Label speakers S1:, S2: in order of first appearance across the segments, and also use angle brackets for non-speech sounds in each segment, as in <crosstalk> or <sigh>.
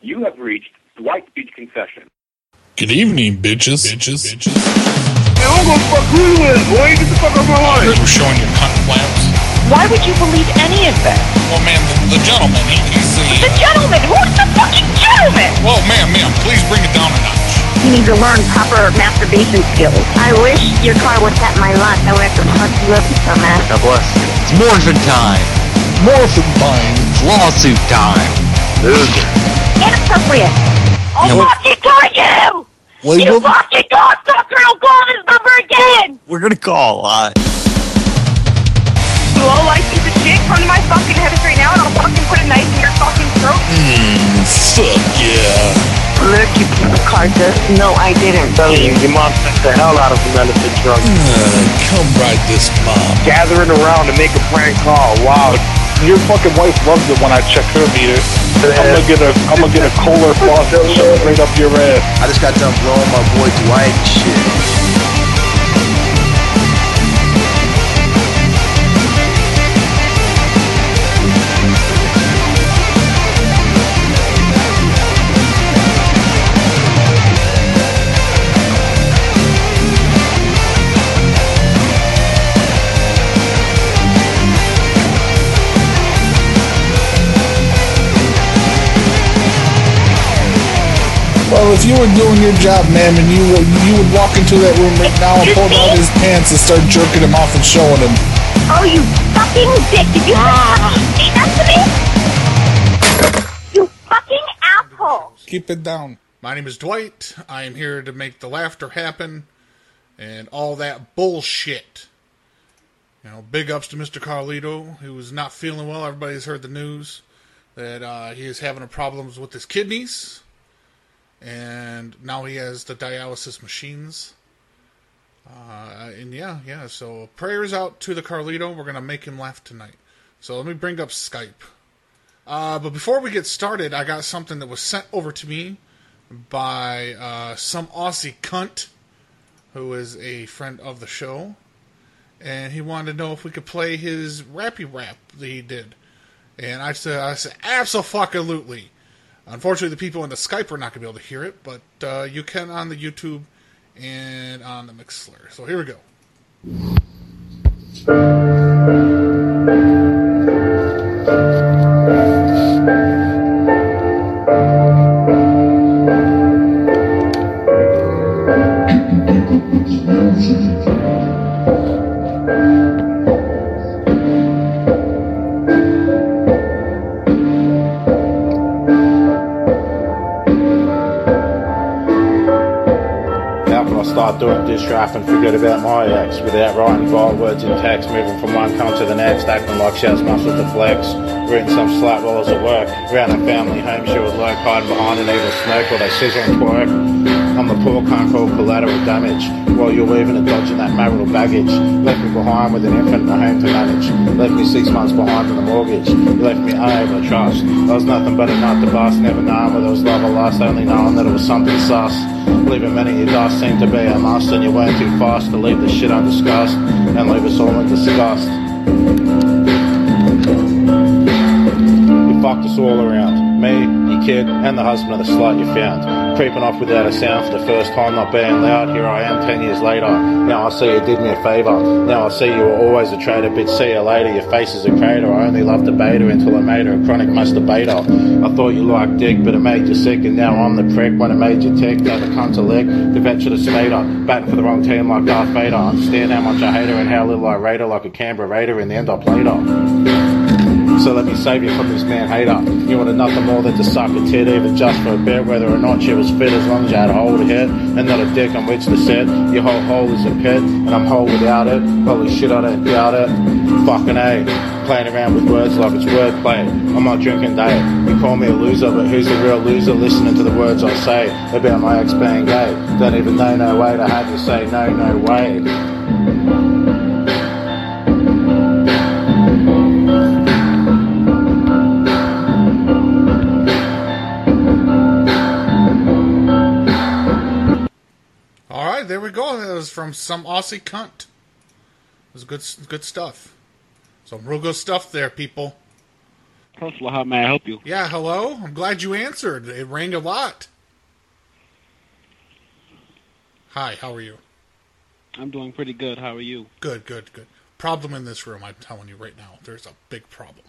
S1: You have reached Dwight Beach Confession.
S2: Good evening, bitches. Bitches. Bitches.
S1: I don't go fuck who you is, boy. Get the fuck out of my
S2: Here's we're showing you cunt flaps.
S3: Why would you believe any of this?
S2: Well, man, the, the gentleman, he, he's
S3: The
S2: the.
S3: gentleman! Who's the fucking gentleman?
S2: Whoa, ma'am, ma'am, please bring it down a notch.
S3: You need to learn proper masturbation skills.
S4: I wish your car was at my lot. I would have to punch you up, dumbass.
S5: God bless. It's morphin' time.
S2: Morphin time.
S5: It's lawsuit time.
S3: Inappropriate! Oh, I'll
S5: Yeah, what-
S3: fucking torture you!
S5: Well,
S3: you
S5: we'll-
S3: fucking cocksucker! I'll call this number again!
S5: We're gonna call. Uh,
S3: You all like piece of shit? Come to my fucking head right now and I'll fucking put a knife in your fucking throat.
S5: Hmm,
S2: Fuck yeah.
S4: Look, you piece of carcass. No, I didn't.
S6: telling you, your mom sent the hell out of him elephant drunk.
S2: Uh, come right this mom.
S6: Gathering around to make a prank call. Wow.
S7: Your fucking wife loves it when I check her meter. I'm gonna get a I'm gonna get a Kohler faucet and shove it right up your ass.
S8: I just got done blowing my boy Dwight and shit.
S2: Well, if you were doing your job, ma'am, and you would, you would walk into that room right now and pull down his pants and start jerking him off and showing him.
S3: Oh, you fucking dick! Did you
S5: Ah.
S3: fucking say that to me? You fucking asshole!
S2: Keep it down.
S9: My name is Dwight. I am here to make the laughter happen and all that bullshit. You know, big ups to Mr. Carlito, who is not feeling well. Everybody's heard the news that uh, he is having problems with his kidneys, and now he has the dialysis machines. Uh, and yeah, yeah. So prayers out to the Carlito. We're gonna make him laugh tonight. So let me bring up Skype. Uh, but before we get started, I got something that was sent over to me by uh, some Aussie cunt who is a friend of the show, and he wanted to know if we could play his rappy rap that he did. And I said, I said, absolutely. Unfortunately, the people in the Skype are not going to be able to hear it, but uh, you can on the YouTube and on the Mixler. So here we go.
S6: How can I start doing diss rap and forget about my ex without writing vile words in text, moving from one cum to the next, acting like she has muscle to flex, reading some slut while I was at work, around her family home she would lurk, hiding behind an evil smirk while they scissor and quirk. I'm the poor cunt called collateral damage, while you're weaving and dodging that marital baggage. Left me behind with an infant and a home to manage, left me six months behind on the mortgage, left me over trust. I was nothing but a nut, the boss, never knowing whether it was love or lust, only knowing that it was something sus. Leaving many of you guys seem to be a must, and you're way too fast to leave the shit undiscussed and leave us all in disgust. You fucked us all around. Me, your kid, and the husband of the slut you found. Creeping off without a sound for the first time, not being loud. Here I am ten years later. Now I see you did me a favour. Now I see you were always a traitor, bitch. See you later. Your face is a crater. I only loved the beta until I made her a chronic masturbator. I thought you liked dick, but it made you sick, and now I'm the prick. When it made you tick, now the cunt's a lick. The vet should have stayed up. Batting for the wrong team like Darth Vader. I understand how much I hate her and how little I rate her like a Canberra Raider. In the end, I played her. So let me save you from this man hater. You wanted nothing more than to suck a tit, even just for a bit, whether or not she was fit, as long as you had a hole to hit, and not a dick on which to sit. Your whole hole is a pit, and I'm whole without it. Holy shit, I don't doubt it. Fucking A. Playing around with words like it's wordplay. I'm not drinking diet. You call me a loser, but who's the real loser listening to the words I say about my ex being gay? Don't even know no way to have you say no, no way.
S9: All right, there we go. That was from some Aussie cunt. It was good, good stuff. Some real good stuff there, people.
S10: Constable, how may I help you?
S9: Yeah, hello? I'm glad you answered. It rang a lot. Hi, how are you?
S10: I'm doing pretty good. How are you?
S9: Good, good, good. Problem in this room, I'm telling you right now. There's a big problem.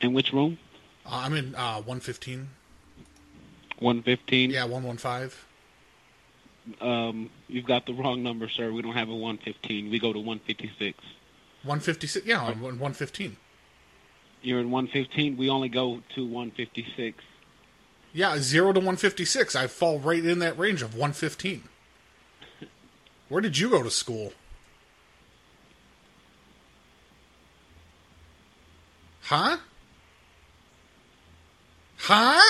S10: In which room?
S9: Uh, I'm in uh, 115.
S10: 115?
S9: Yeah, 115.
S10: Um, you've got the wrong number, sir. We don't have a 115. We go to 156.
S9: 156. Yeah, I'm in 115.
S10: You're in 115. We only go to 156.
S9: Yeah, 0 to 156. I fall right in that range of 115. Where did you go to school? Huh? Huh?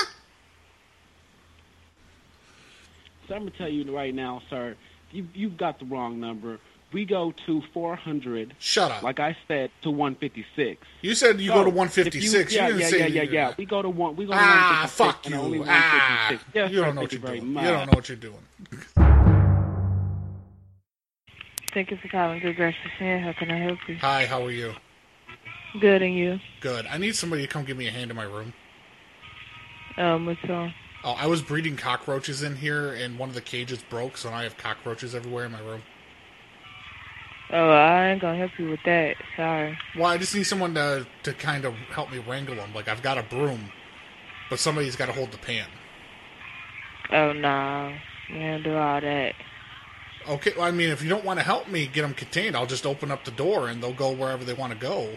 S10: So I'm gonna tell you right now, sir. You you've got the wrong number. We go to 400.
S9: Shut up.
S10: Like I said, to 156.
S9: You said you
S10: So,
S9: go to
S10: if you-
S9: 156. You
S10: yeah,
S9: didn't
S10: yeah,
S9: say
S10: yeah,
S9: you
S10: yeah,
S9: did
S10: yeah.
S9: that.
S10: We go to one. We go to
S9: Ah,
S10: 156
S9: fuck
S10: and
S9: you.
S10: only
S9: Ah,
S10: 156. Yes,
S9: you don't
S10: sir,
S9: know what
S10: thank
S9: you're
S10: very
S9: doing.
S10: much.
S9: You don't know what you're doing.
S11: Thank you for calling Good Gracious Sin. How can I help you?
S9: Hi, how are you?
S11: Good, and you?
S9: Good. I need somebody to come give me a hand in my room.
S11: Um, what's wrong?
S9: Oh, I was breeding cockroaches in here, and one of the cages broke, so now I have cockroaches everywhere in my room.
S11: Oh, I ain't gonna help you with that. Sorry.
S9: Well, I just need someone to to kind of help me wrangle them. Like I've got a broom, but somebody's got to hold the pan.
S11: Oh, no. We handle all that.
S9: Okay, well, I mean, if you don't want to help me get them contained, I'll just open up the door and they'll go wherever they want to go.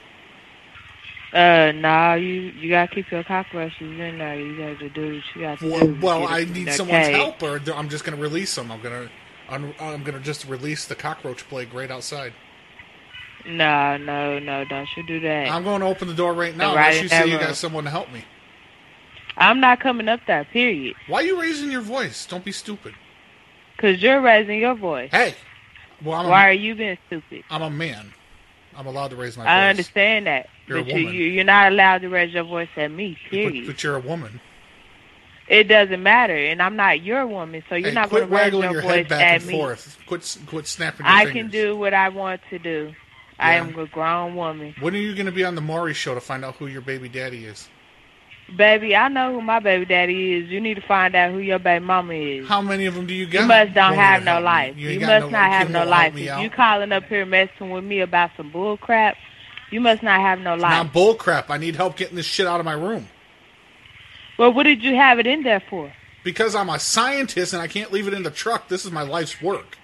S11: Uh, no, you you gotta keep your cockroaches in there. You gotta do what you gotta do.
S9: Well,
S11: to
S9: well
S11: get
S9: I
S11: them in
S9: need
S11: that
S9: someone's
S11: cage.
S9: help, or th- I'm just going to release them. I'm going to I'm, I'm going to just release the cockroach plague right outside.
S11: No, no, no, don't you do that.
S9: I'm going to open the door right now
S11: Right
S9: unless
S11: in
S9: you
S11: that
S9: say you
S11: room.
S9: got someone to help me.
S11: I'm not coming up there, period.
S9: Why are you raising your voice? Don't be stupid.
S11: Because you're raising your voice.
S9: Hey! Well, I'm
S11: Why
S9: a,
S11: are you being stupid?
S9: I'm a man. I'm allowed to raise my voice.
S11: I understand that.
S9: You're a
S11: but you,
S9: woman.
S11: you, you're not allowed to raise your voice at me,
S9: But,
S11: period.
S9: but you're a woman.
S11: It doesn't matter, and I'm not your woman, so you're
S9: hey,
S11: not going
S9: quit
S11: to raise
S9: waggling
S11: your,
S9: your
S11: voice
S9: head back
S11: at
S9: and
S11: me.
S9: forth. Quit s- quit snapping your
S11: I
S9: fingers.
S11: can do what I want to do. I
S9: Yeah.
S11: am a grown woman,
S9: When are you going to be on the Maury show to find out who your baby daddy is?
S11: baby. I know who my baby daddy is. You need to find out who your baby mama is.
S9: How many of them do you got?
S11: You must don't
S9: Woman,
S11: have no
S9: help me.
S11: life.
S9: You
S11: You,
S9: ain't got
S11: must
S9: no-
S11: not
S9: you
S11: have no
S9: won't help
S11: life.
S9: me
S11: If
S9: out.
S11: you calling up here messing with me about some bull crap, you must not have no
S9: Now,
S11: life.
S9: bull crap. I need help getting this shit out of my room
S11: Well, what did you have it in there for?
S9: because I'm a scientist and I can't leave it in the truck. This is my life's work.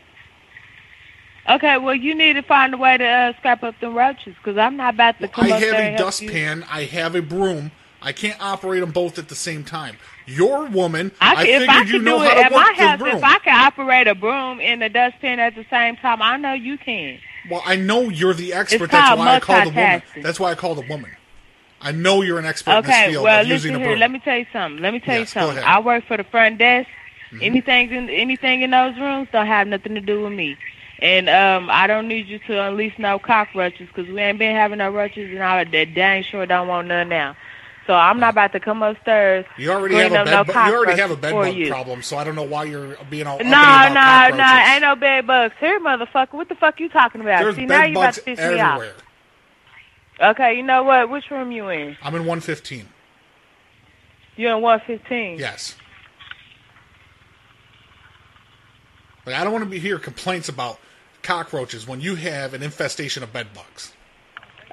S11: Okay, well, you need to find a way to uh, scrap up the roaches, because I'm not about to come
S9: I
S11: up there
S9: have
S11: and
S9: a
S11: help you.
S9: dustpan. I have a broom. I can't operate them both at the same time. You're a woman. I,
S11: could-
S9: figured
S11: if I
S9: you
S11: could
S9: know
S11: do
S9: how
S11: it
S9: to
S11: at
S9: work
S11: my
S9: the
S11: house,
S9: broom.
S11: if I can operate a broom and a dustpan at the same time, I know you can.
S9: Well, I know you're the expert.
S11: It's
S9: That's
S11: called
S9: why I called the woman.
S11: multitasking.
S9: That's why I called the woman. I know you're an expert in this
S11: Okay,
S9: field
S11: well,
S9: of using
S11: listen
S9: a
S11: here.
S9: broom.
S11: Let me tell you something. Let me tell
S9: Yes,
S11: you
S9: go
S11: something.
S9: ahead.
S11: I work for the front desk.
S9: Mhm.
S11: Anything, in, anything in those rooms don't have nothing to do with me. And um, I don't need you to unleash no cockroaches, because we ain't been having no roaches, and I that dang sure don't want none now. So I'm not about to come upstairs.
S9: You already
S11: Green
S9: have a
S11: don't know
S9: bed. bug- you already
S11: cockroaches
S9: have a bed
S11: for
S9: bug
S11: you.
S9: problem, so I don't know why you're being all.
S11: No,
S9: uppity
S11: no,
S9: about
S11: no,
S9: cockroaches.
S11: ain't no bed bugs here, motherfucker. What the fuck you talking about?
S9: There's
S11: See, now
S9: bed
S11: you about
S9: bugs
S11: to piss me off.
S9: everywhere.
S11: Okay, you know what? Which room you in?
S9: I'm in 115.
S11: You in one fifteen?
S9: Yes. Like I don't want to be hear complaints about cockroaches when you have an infestation of bed bugs.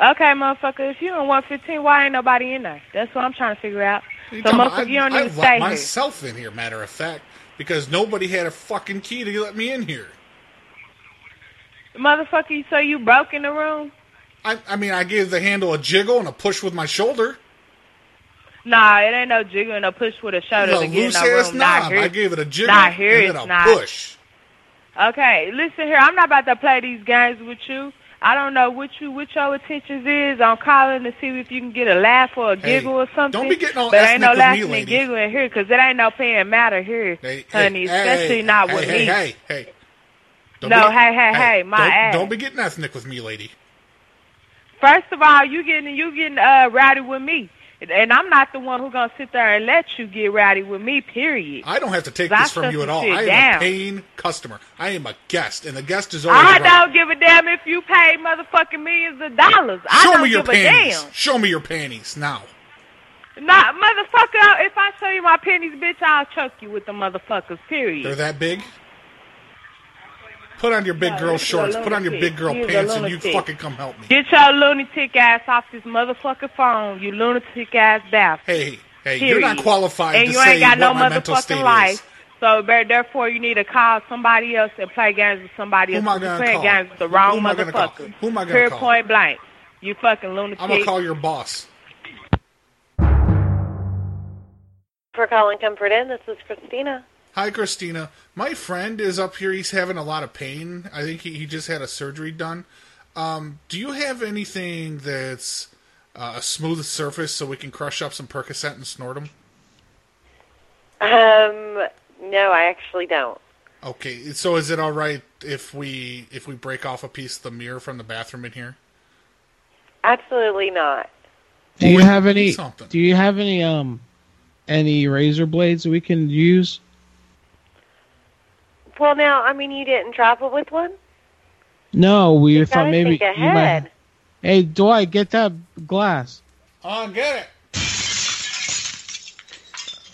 S11: Okay, motherfucker. If you in one fifteen, why ain't nobody in there? That's what I'm trying to figure out. So
S9: talking
S11: most
S9: about-
S11: of you don't
S9: I, I
S11: even
S9: let
S11: stay here.
S9: myself in here, matter of fact, because nobody had a fucking key to let me in here.
S11: Motherfucker, you say you broke in the room?
S9: I, I mean, I gave the handle a jiggle and a push with my shoulder.
S11: Nah, it ain't no jiggle and no push with a shoulder
S9: The
S11: to get in
S9: loose
S11: our
S9: ass
S11: room. Nah,
S9: knob.
S11: here,
S9: I gave it a jiggle
S11: nah, here
S9: and
S11: it's
S9: then a
S11: not.
S9: push.
S11: Okay, listen here. I'm not about to play these games with you. I don't know what you what your intentions is on calling to see if you can get a laugh or a
S9: Hey,
S11: giggle or something.
S9: don't be getting all
S11: But ain't no
S9: ethnic with me,
S11: laughing and
S9: lady.
S11: giggling here, 'cause it ain't no paying matter here,
S9: Hey, hey,
S11: honey.
S9: hey,
S11: especially
S9: hey,
S11: not
S9: hey,
S11: with
S9: hey,
S11: me.
S9: Hey, hey, Don't
S11: No,
S9: be-
S11: hey, hey, hey, my
S9: don't,
S11: ass.
S9: Don't be getting ethnic with me, lady.
S11: First of all, you getting you getting uh, rowdy with me, and I'm not the one who gonna sit there and let you get rowdy with me. Period.
S9: I don't have to take
S11: I
S9: this from
S11: shut
S9: you at
S11: some
S9: all.
S11: shit
S9: I am a
S11: down.
S9: paying customer. I am a guest, and the guest is always
S11: I
S9: right.
S11: don't give a damn if you pay motherfucking millions of dollars. I
S9: Show
S11: don't
S9: me your
S11: give a
S9: panties.
S11: damn.
S9: Show me your panties now.
S11: Not motherfucker. I- If I show you my pennies, bitch, I'll choke you with the motherfuckers. Period.
S9: They're that big? Put on your big
S11: No,
S9: girl
S11: he's a
S9: shorts. Put on your
S11: lunatic.
S9: big girl
S11: He's a
S9: pants and you
S11: lunatic.
S9: fucking come help me.
S11: Get your lunatic ass off this motherfucking phone, you lunatic ass bastard.
S9: Hey, hey, you're not
S11: Period.
S9: qualified
S11: and
S9: to
S11: you
S9: say
S11: ain't got no
S9: what my mental state
S11: motherfucking
S9: is.
S11: life. So there- therefore, you need to call somebody else and play games with somebody
S9: Who
S11: else.
S9: am I
S11: You're
S9: gonna
S11: playing
S9: call?
S11: games with the
S9: Who-
S11: wrong
S9: who am I gonna call?
S11: motherfucker.
S9: Who am I gonna
S11: Pure
S9: call?
S11: point blank. You fucking lunatic.
S9: I'm gonna call your boss.
S12: For calling Comfort Inn, this is Christina.
S9: Hi, Christina. My friend is up here. He's having a lot of pain. I think he, he just had a surgery done. Um, do you have anything that's uh, a smooth surface so we can crush up some Percocet and snort them?
S12: Um, no, I actually don't.
S9: Okay, so is it all right if we if we break off a piece of the mirror from the bathroom in here?
S12: Absolutely not.
S13: Do you have any? Do you have any um, any razor blades that we can use?
S12: Well, now, I mean, you didn't travel with one?
S13: No, we
S12: gotta
S13: thought maybe
S12: think
S13: you might.
S12: ahead.
S13: Hey, Dwight, get that glass.
S9: Oh, get it.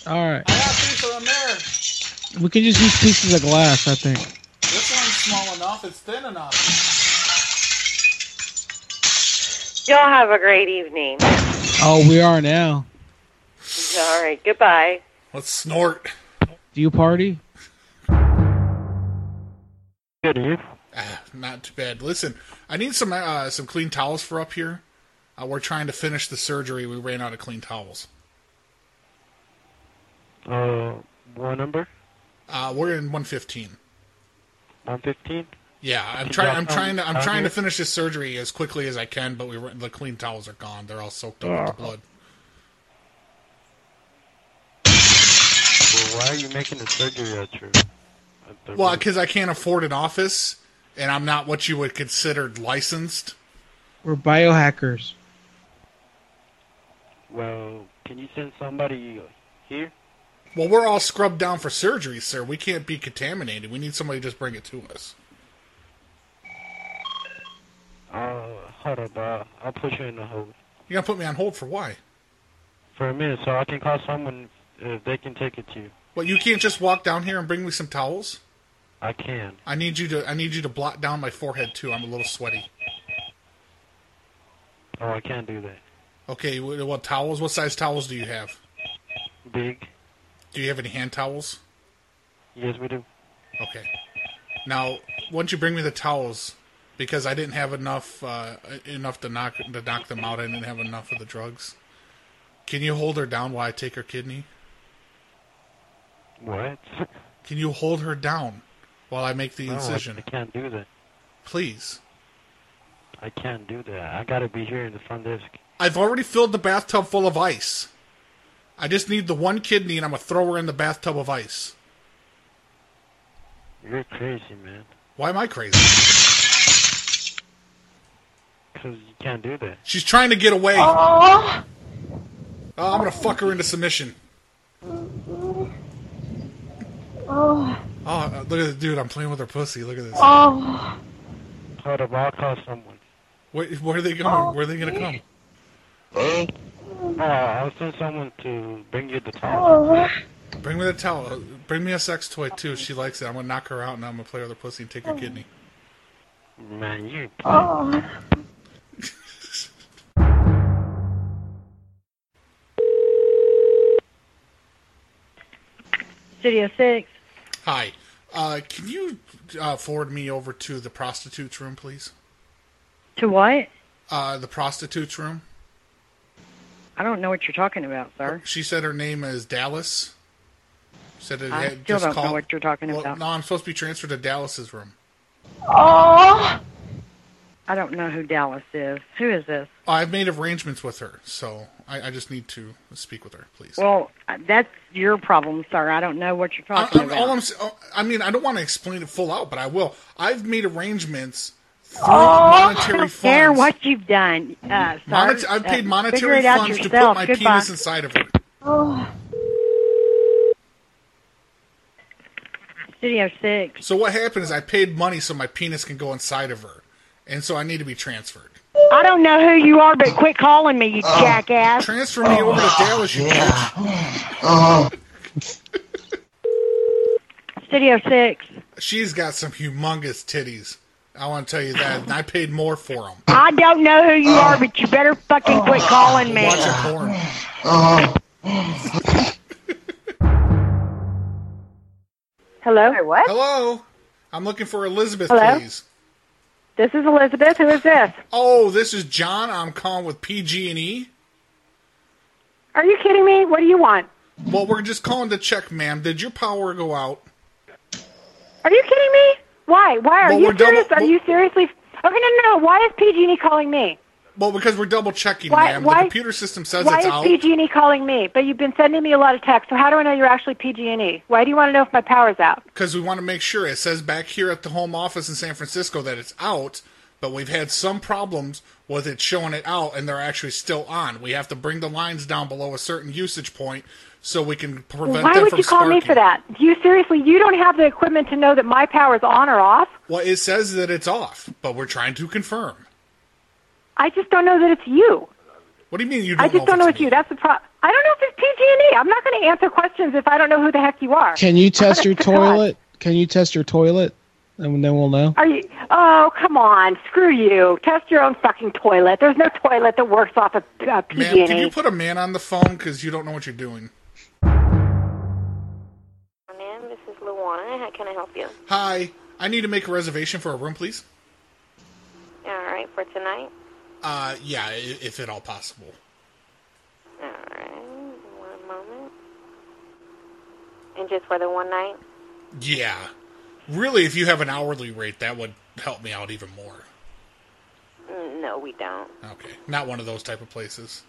S13: All
S9: I
S13: right,
S9: got piece of the mirror.
S13: we can just use pieces of glass. I think.
S9: This one's small enough. It's thin enough.
S12: Y'all have a great evening.
S13: Oh, we are now.
S12: All right, goodbye.
S9: Let's snort.
S13: Do you party?
S9: Ah, not too bad. Listen, I need some uh, some clean towels for up here. Uh, we're trying to finish the surgery. We ran out of clean towels.
S6: Uh, what number?
S9: Uh, we're in 115.
S6: 115?
S9: Yeah, I'm
S6: Keep
S9: trying.
S6: that
S9: I'm
S10: um,
S6: down-
S9: trying to. I'm
S6: down
S9: trying
S6: here?
S9: to finish this surgery as quickly as I can. But we were- the clean towels are gone. They're all soaked up with the blood.
S6: Well, why are you making the surgery at your... at the
S9: Well,
S6: room?
S9: because I can't afford an office, and I'm not what you would consider licensed.
S13: We're biohackers.
S6: Well, can you send somebody here?
S9: Well, we're all scrubbed down for surgery, sir. We can't be contaminated. We need somebody to just bring it to us.
S6: Uh, hold up, uh, I'll put you in the hold
S9: You're gonna put me on hold for why?
S6: for a minute so I can call someone if they can take it to you.
S9: Well, you can't just walk down here and bring me some towels.
S6: I can.
S9: I need you to. I need you to blot down my forehead too. I'm a little sweaty.
S6: Oh, I can't do that.
S9: Okay, wh- what towels? What size towels do you have?
S6: Big.
S9: Do you have any hand towels?
S6: Yes, we do.
S9: Okay. Now, once you bring me the towels, because I didn't have enough uh, enough to knock to knock them out, I didn't have enough of the drugs. Can you hold her down while I take her kidney?
S6: What?
S9: <laughs> Can you hold her down while I make the
S6: No, I-
S9: incision?
S6: I can't do that.
S9: Please.
S6: I can't do that. I gotta be here in the front desk.
S9: I've already filled the bathtub full of ice. I just need the one kidney, and I'm gonna throw her in the bathtub of ice.
S6: You're crazy, man.
S9: Why am I crazy?
S6: Because you can't do that.
S9: She's trying to get away.
S6: Oh.
S9: Oh, I'm gonna fuck her into submission.
S14: Oh.
S9: Oh, uh, look at this dude! I'm playing with her pussy. Look at this.
S14: Oh.
S6: Hold up, I'll call someone.
S9: Wait, where are they
S14: Oh,
S9: going? Where are they gonna come?
S6: Hey? Uh, I'll send someone to bring you the towel.
S14: Oh.
S9: Bring me the towel. Bring me a sex toy too. She likes it. I'm gonna knock her out, and I'm gonna play with her pussy and take her kidney.
S6: Man, you.
S14: Oh.
S15: Studio 6.
S9: Hi. Uh, can you uh, forward me over to the prostitutes room, please?
S15: To what?
S9: Uh, the prostitutes room.
S15: I don't know what you're talking about, sir.
S9: She said her name is Dallas. Said it
S15: I
S9: had
S15: still
S9: just
S15: don't know
S9: called-
S15: what you're talking
S9: Well,
S15: about.
S9: No, I'm supposed to be transferred to Dallas's room.
S15: Oh! I don't know who Dallas is. Who is this?
S9: Uh, I've made arrangements with her, so I, I just need to speak with her, please.
S15: Well, that's your problem, sir. I don't know what you're talking
S9: I, am
S15: about.
S9: all I'm, s- oh, I mean, I don't want to explain it full out, but I will. I've made arrangements through
S15: oh, I
S9: Uh, monetary
S15: don't
S9: funds.
S15: care what you've done, uh, sir.
S9: Monet- I've
S15: Uh,
S9: paid
S15: figure
S9: monetary
S15: it out
S9: funds to put
S15: yourself.
S9: my
S15: Goodbye.
S9: penis inside of her.
S15: Oh. Studio 6.
S9: So what happened is I paid money so my penis can go inside of her, and so I need to be transferred.
S15: I don't know who you are, but quit calling me, you
S9: Uh-huh.
S15: jackass.
S9: Transfer me over to Dallas, you Uh-huh.
S15: Studio 6.
S9: She's got some humongous titties. I want to tell you that. And I paid more for them.
S15: I don't know who you are, but you better fucking quit calling me. Uh-huh.
S9: Watch a porn.
S16: Hello? what?
S9: Hello? I'm looking for Elizabeth,
S16: Hello?
S9: please.
S16: This is Elizabeth. Who is this?
S9: Oh, this is John. I'm calling with PG&E.
S16: Are you kidding me? What do you want?
S9: Well, we're just calling to check, ma'am. Did your power go out?
S16: Are you kidding me? Why? Why are
S9: Well, we're
S16: you
S9: double-
S16: serious? are
S9: well-
S16: you seriously? Okay, no, no, no. Why is PG&E E calling me?
S9: Well, because we're double checking,
S16: Why-
S9: ma'am.
S16: why-
S9: the computer system says
S16: Why
S9: it's
S16: is
S9: out.
S16: PG&E E calling me? But you've been sending me a lot of texts. So how do I know you're actually PG&E? E? Why do you want to know if my power's out?
S9: because we want to make sure it says back here at the home office in San Francisco that it's out, but we've had some problems with it showing it out and they're actually still on. We have to bring the lines down below a certain usage point so we can prevent
S16: Why
S9: them
S16: would
S9: from
S16: you call
S9: sparking.
S16: me for that? Do you seriously? You don't have the equipment to know that my power's on or off.
S9: Well, it says that it's off, but we're trying to confirm.
S16: I just don't know that it's you.
S9: What do you mean you don't
S16: I just
S9: know?
S16: don't know it's you. That's the problem. I don't know if it's PG&E. E. I'm not going to answer questions if I don't know who the heck you are.
S13: Can
S12: <laughs>
S13: you
S16: <laughs>
S13: test your
S16: Honest to God.
S13: toilet? Can you test your toilet? And then we'll know.
S16: Are you? Oh, come on! Screw you! Test your own fucking toilet. There's no toilet that works off of uh,
S9: Ma'am, can you
S16: PG&E.
S9: put a man on the phone because you don't know what you're doing?
S4: Ma'am, this is Luana. How can I help you?
S9: Hi, I need to make a reservation for a room, please.
S4: All right, for tonight.
S9: Uh, yeah, i- if at all possible.
S4: All right, one moment. And just for the one night.
S9: Yeah. Really, if you have an hourly rate, that would help me out even more.
S4: Mm, No, we don't.
S9: Okay. Not one of those type of places.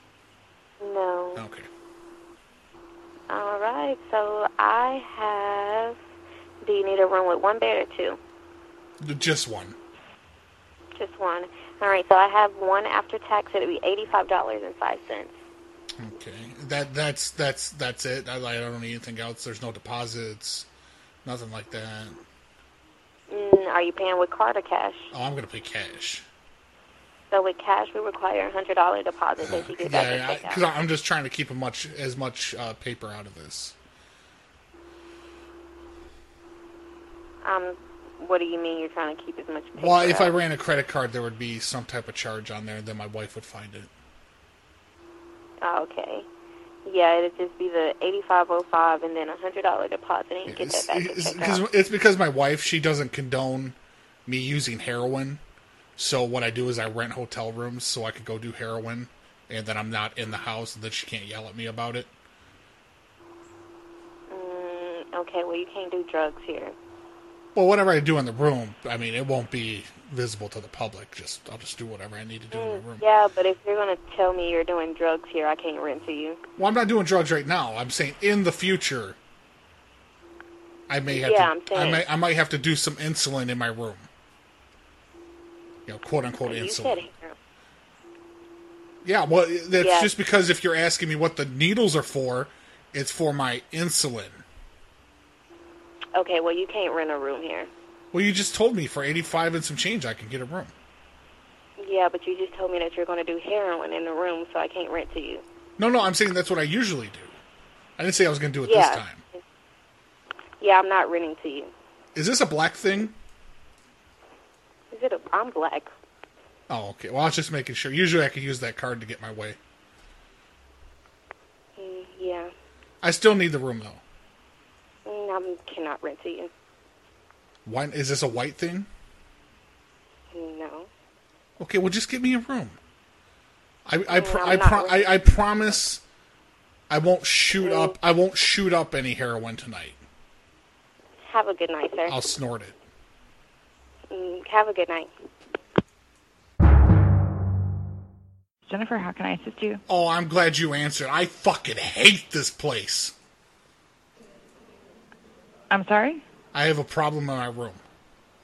S4: No.
S9: Okay.
S4: All right, so I have. Do you need a room with one bed or two?
S9: Just one.
S4: Just one. All right, so I have one after tax. It'll be eighty-five dollars and five cents.
S9: Okay. That that's that's that's it. I, I don't need anything else. There's no deposits, nothing like that.
S4: Mm, are you paying with card or cash?
S9: Oh, I'm gonna pay cash.
S4: So with cash, we require a hundred dollar deposit if you do that.
S9: Yeah, because I'm just trying to keep a much as much uh, paper out of this.
S4: Um, what do you mean you're trying to keep as much? paper
S9: Well, if I
S4: out?
S9: ran a credit card, there would be some type of charge on there, and then my wife would find it.
S4: Oh, okay. Yeah, it'd just be the eighty-five oh five, and then a hundred dollar deposit, and you get that
S9: It's,
S4: back at
S9: it's-
S4: checkout.
S9: 'cause- it's because my wife she doesn't condone me using heroin. So what I do is I rent hotel rooms so I could go do heroin, and then I'm not in the house, and then she can't yell at me about it.
S4: Mm, okay, well you can't do drugs here.
S9: Well, whatever I do in the room, I mean, it won't be visible to the public. Just I'll just do whatever I need to do in
S4: Mm,
S9: my room.
S4: yeah, but if you're gonna tell me you're doing drugs here, I can't rent to you.
S9: Well, I'm not doing drugs right now. I'm saying in the future, I may have
S4: Yeah,
S9: to.
S4: I'm saying-
S9: I, may, I might have to do some insulin in my room. You know, quote unquote
S4: you
S9: insulin.
S4: said here.
S9: Yeah, well, that's
S4: Yeah.
S9: just because if you're asking me what the needles are for, it's for my insulin.
S4: Okay, well you can't rent a room here.
S9: Well, you just told me for 85 and some change I can get a room.
S4: Yeah, but you just told me that you're gonna do heroin in the room, so I can't rent to you.
S9: No, no, I'm saying that's what I usually do. I didn't say I was going to do it
S4: yeah.
S9: this time.
S4: Yeah, I'm not renting to you.
S9: Is this a black thing?
S4: Is it? A, I'm black.
S9: Oh, okay. Well, I was just making sure. Usually I could use that card to get my way.
S4: Mm, yeah,
S9: I still need the room though.
S4: mm, I cannot rent to you.
S9: Why is this a white thing?
S4: No.
S9: Okay, well just give me a room. I I
S4: Mm,
S9: pro-
S4: I'm
S9: I,
S4: not
S9: pro- I I promise I won't shoot up I won't shoot up any heroin tonight.
S4: Have a good night, sir.
S9: I'll snort it.
S4: Mm, have a good night.
S15: Jennifer, how can I assist you?
S9: Oh, I'm glad you answered. I fucking hate this place.
S15: I'm sorry?
S9: I have a problem in my room.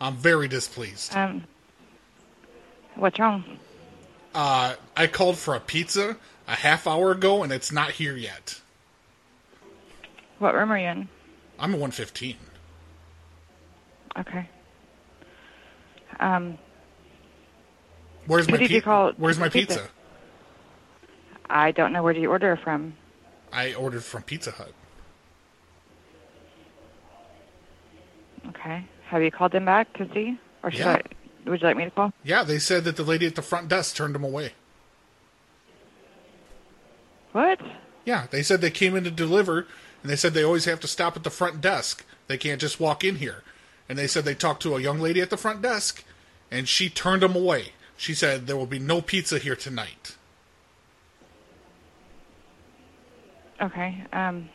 S9: I'm very displeased.
S15: Um, what's wrong?
S9: Uh, I called for a pizza a half hour ago and it's not here yet.
S15: What room are you in?
S9: I'm at 115.
S15: Okay. Um,
S9: Where's
S17: Who
S9: my
S17: did you
S9: pi-
S17: call it?
S9: Where's my
S17: Pizza.
S9: pizza?
S17: I don't know. Where do you order it from?
S9: I ordered from Pizza Hut.
S17: Okay. Have you called them back to see? Or should
S9: Yeah.
S17: I, would you like me to call?
S9: Yeah, they said that the lady at the front desk turned them away.
S17: What?
S9: Yeah, they said they came in to deliver, and they said they always have to stop at the front desk. They can't just walk in here. And they said they talked to a young lady at the front desk, and she turned them away. She said there will be no pizza here tonight.
S17: Okay. Um,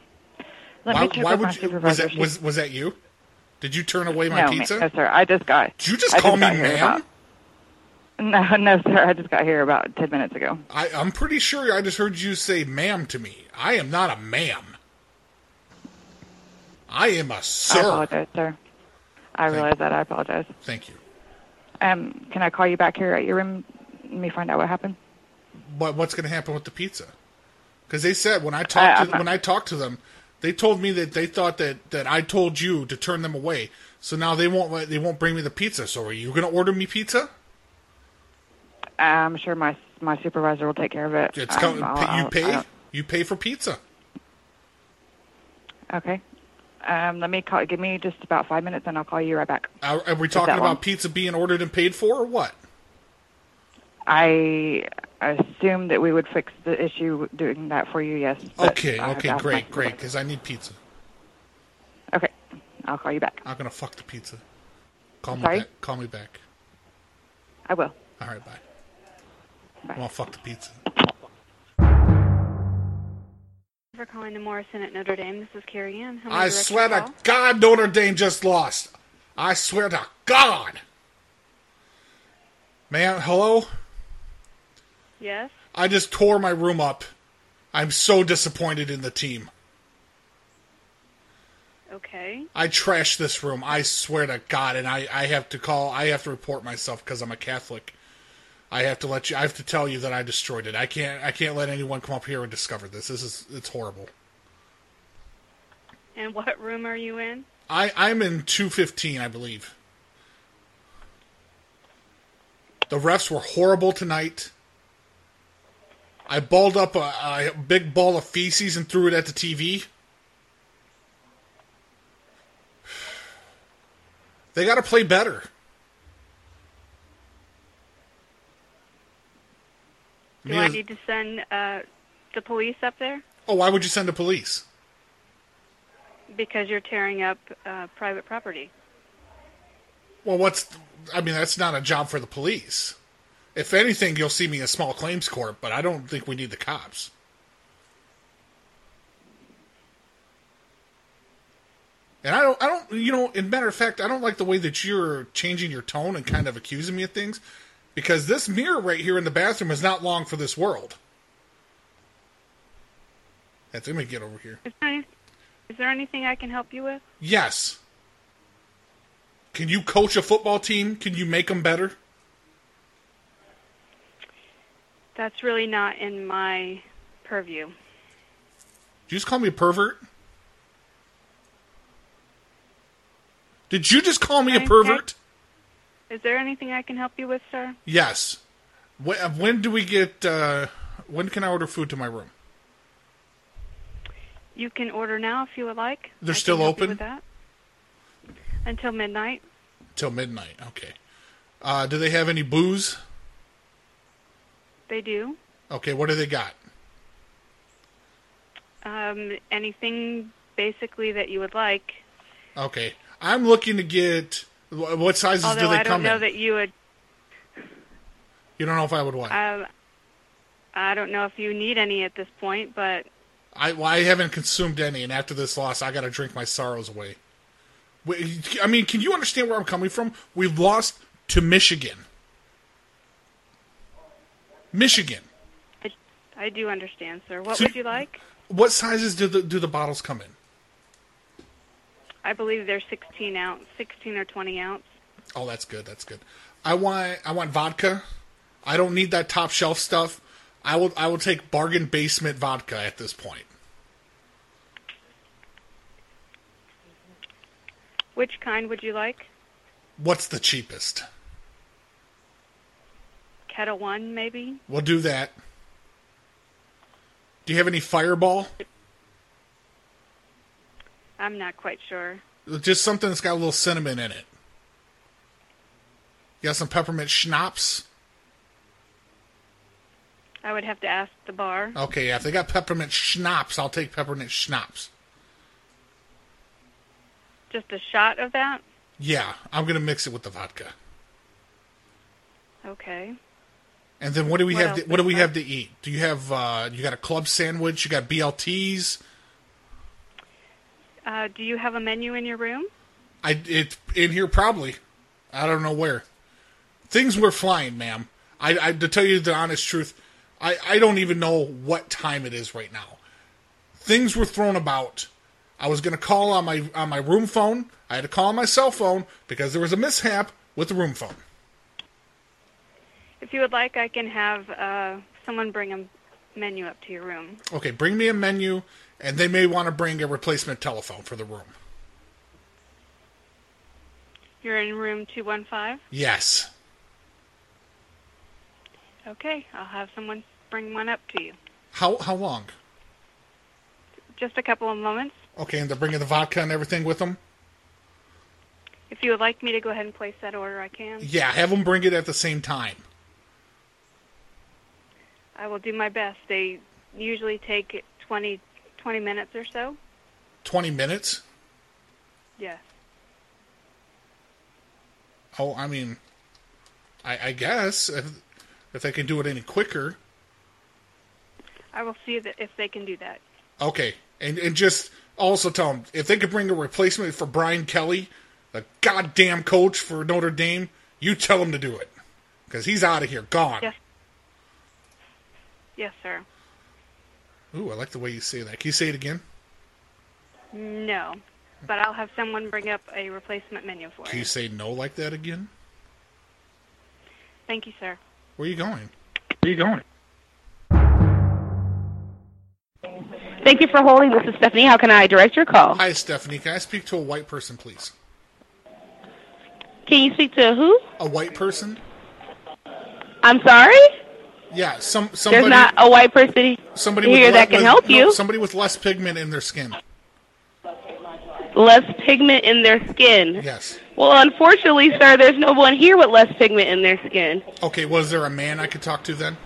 S17: let
S9: why
S17: me check with my
S9: why would you, was
S17: supervisor.
S9: that was, was that you? Did you turn away my
S17: no, ma-
S9: pizza?
S17: no, sir. I just got. <laughs>
S9: Did you just
S17: I
S9: call me
S17: got here
S9: ma'am?
S17: about- no, no, sir. I just got here about ten minutes ago.
S9: I, I'm pretty sure I just heard you say ma'am to me. I am not a ma'am. I am a
S17: I
S9: sir.
S17: apologize, sir. I realize that. I apologize.
S9: Thank you.
S17: Um, can I call you back here at your room? Let me find out what happened.
S9: But what's going to happen with the pizza? Because they said when I talked to, when I talked to them, they told me that they thought that, that I told you to turn them away. So now they won't let- they won't bring me the pizza. So are you going to order me pizza?
S17: I'm Um, sure my my supervisor will take care of it.
S9: It's
S17: Um,
S9: coming.
S17: I'll-
S9: you
S17: I'll-
S9: pay
S17: I'll-
S9: you pay for pizza.
S17: Okay. Um, let me call. Give me just about five minutes, and I'll call you right back.
S9: Are, are we
S17: It's that
S9: talking about
S17: long.
S9: pizza being ordered and paid for, or what?
S17: I assume that we would fix the issue doing that for you. Yes. but
S9: Okay,
S17: I have to
S9: okay,
S17: ask my
S9: great, great. Because I need pizza.
S17: Okay, I'll call you back.
S9: I'm gonna fuck the pizza. Call me
S17: Sorry?
S9: back. Call me back.
S17: I will.
S9: All right, bye. I'm gonna fuck the pizza.
S18: For calling the Morrison at Notre Dame, this is Carrie Ann. How may
S9: I
S18: direct
S9: swear
S18: your
S9: to
S18: call?
S9: God, Notre Dame just lost. I swear to God. Man, hello.
S18: Yes.
S9: I just tore my room up. I'm so disappointed in the team.
S18: Okay.
S9: I trashed this room. I swear to God, and I, I have to call. I have to report myself because I'm a Catholic. I have to let you. I have to tell you that I destroyed it. I can't. I can't let anyone come up here and discover this. This is. It's horrible.
S18: And what room are you in?
S9: I I'm in two fifteen, I believe. The refs were horrible tonight. I balled up a, a big ball of feces and threw it at the TV. <sighs> They got to play better.
S18: Do I need to send uh, the police up there
S9: oh, why would you send the police?
S18: because you're tearing up uh, private property?
S9: Well, what's? I mean, that's not a job for the police. If anything, you'll see me in small claims court, but I don't think we need the cops. And I don't, I don't, you know. In matter of fact, I don't like the way that you're changing your tone and kind of accusing me of things, because this mirror right here in the bathroom is not long for this world. That's, let me get over here.
S18: Is there, any- is there anything I can help you with?
S9: Yes. Can you coach a football team? Can you make them better?
S18: That's really not in my purview.
S9: Did you just call me a pervert? Did you just call me a
S18: Okay.
S9: pervert?
S18: Is there anything I can help you with, sir?
S9: Yes. When, when do we get? Uh, when can I order food to my room?
S18: You can order now if you would like.
S9: They're
S18: I can
S9: still
S18: help you
S9: open?
S18: with that. until midnight.
S9: Till midnight. Okay. Uh, do they have any booze?
S18: They do.
S9: Okay. What do they got?
S18: Um, anything basically that you would like.
S9: Okay. I'm looking to get. wh- What sizes
S18: Although
S9: do they
S18: I don't
S9: come
S18: know
S9: in?
S18: that you would.
S9: You don't know if I would want.
S18: I, I don't know if you need any at this point, but
S9: I, well, I haven't consumed any, and after this loss, I got to drink my sorrows away. We- I mean, can you understand where I'm coming from? We've lost to Michigan. Michigan.
S18: I, I do understand, sir. What
S9: So-
S18: would you like?
S9: What sizes do the do the bottles come in?
S18: I believe they're 16 ounce, 16 or 20 ounce.
S9: Oh, that's good. That's good. I want I want vodka. I don't need that top shelf stuff. I will I will take bargain basement vodka at this point.
S18: Which kind would you like?
S9: What's the cheapest?
S18: Kettle One, maybe.
S9: We'll do that. Do you have any fireball?
S18: I'm not quite sure.
S9: Just something that's got a little cinnamon in it. You got some peppermint schnapps?
S18: I would have to ask the bar.
S9: Okay, yeah, if they got peppermint schnapps, I'll take peppermint schnapps.
S18: Just a shot of that?
S9: Yeah, I'm going to mix it with the vodka.
S18: Okay.
S9: And then what do we
S18: What
S9: have? To,
S18: else
S9: what do
S18: is
S9: we
S18: there?
S9: have to eat? Do you have? Uh, you got a club sandwich? You got BLTs?
S18: Uh, do you have a menu in your room?
S9: I it in here probably. I don't know where. Things were flying, ma'am. I, I to tell you the honest truth, I, I don't even know what time it is right now. Things were thrown about. I was gonna call on my on my room phone. I had to call on my cell phone because there was a mishap with the room phone.
S18: If you would like, I can have uh, someone bring a menu up to your room.
S9: Okay, bring me a menu, and they may want to bring a replacement telephone for the room.
S18: You're in room 215?
S9: Yes.
S18: Okay, I'll have someone bring one up to you.
S9: How how long?
S18: Just a couple of moments.
S9: Okay, and they're bringing the vodka and everything with them.
S18: If you would like me to go ahead and place that order, I can.
S9: Yeah, have them bring it at the same time.
S18: I will do my best. They usually take 20, 20 minutes or so.
S9: Twenty minutes.
S18: Yes.
S9: Oh, I mean, I, I guess if if they can do it any quicker,
S18: I will see that if they can do that.
S9: okay. And and just also tell them if they could bring a replacement for Brian Kelly, the goddamn coach for Notre Dame, you tell them to do it because he's out of here, gone.
S18: Yes. Yes, sir.
S9: Ooh, I like the way you say that. Can you say it again?
S18: No. But I'll have someone bring up a replacement menu for
S9: Can
S18: you.
S9: you say no like that again?
S18: Thank you, sir.
S9: Where you going? Where you going?
S3: Thank you for holding. This is Stephanie. How can I direct your call?
S9: Hi, Stephanie. Can I speak to a white person, please?
S3: Can you speak to who?
S9: A white person?
S3: I'm sorry?
S9: Yeah, some somebody.
S3: There's not a white person
S9: somebody
S3: here
S9: with le-
S3: that can
S9: with-
S3: help
S9: no,
S3: you.
S9: Somebody with less pigment in their skin.
S3: less pigment in their skin.
S9: Yes.
S3: Well, unfortunately, sir, there's no one here with less pigment in their skin.
S9: Okay, was there a man I could talk to then?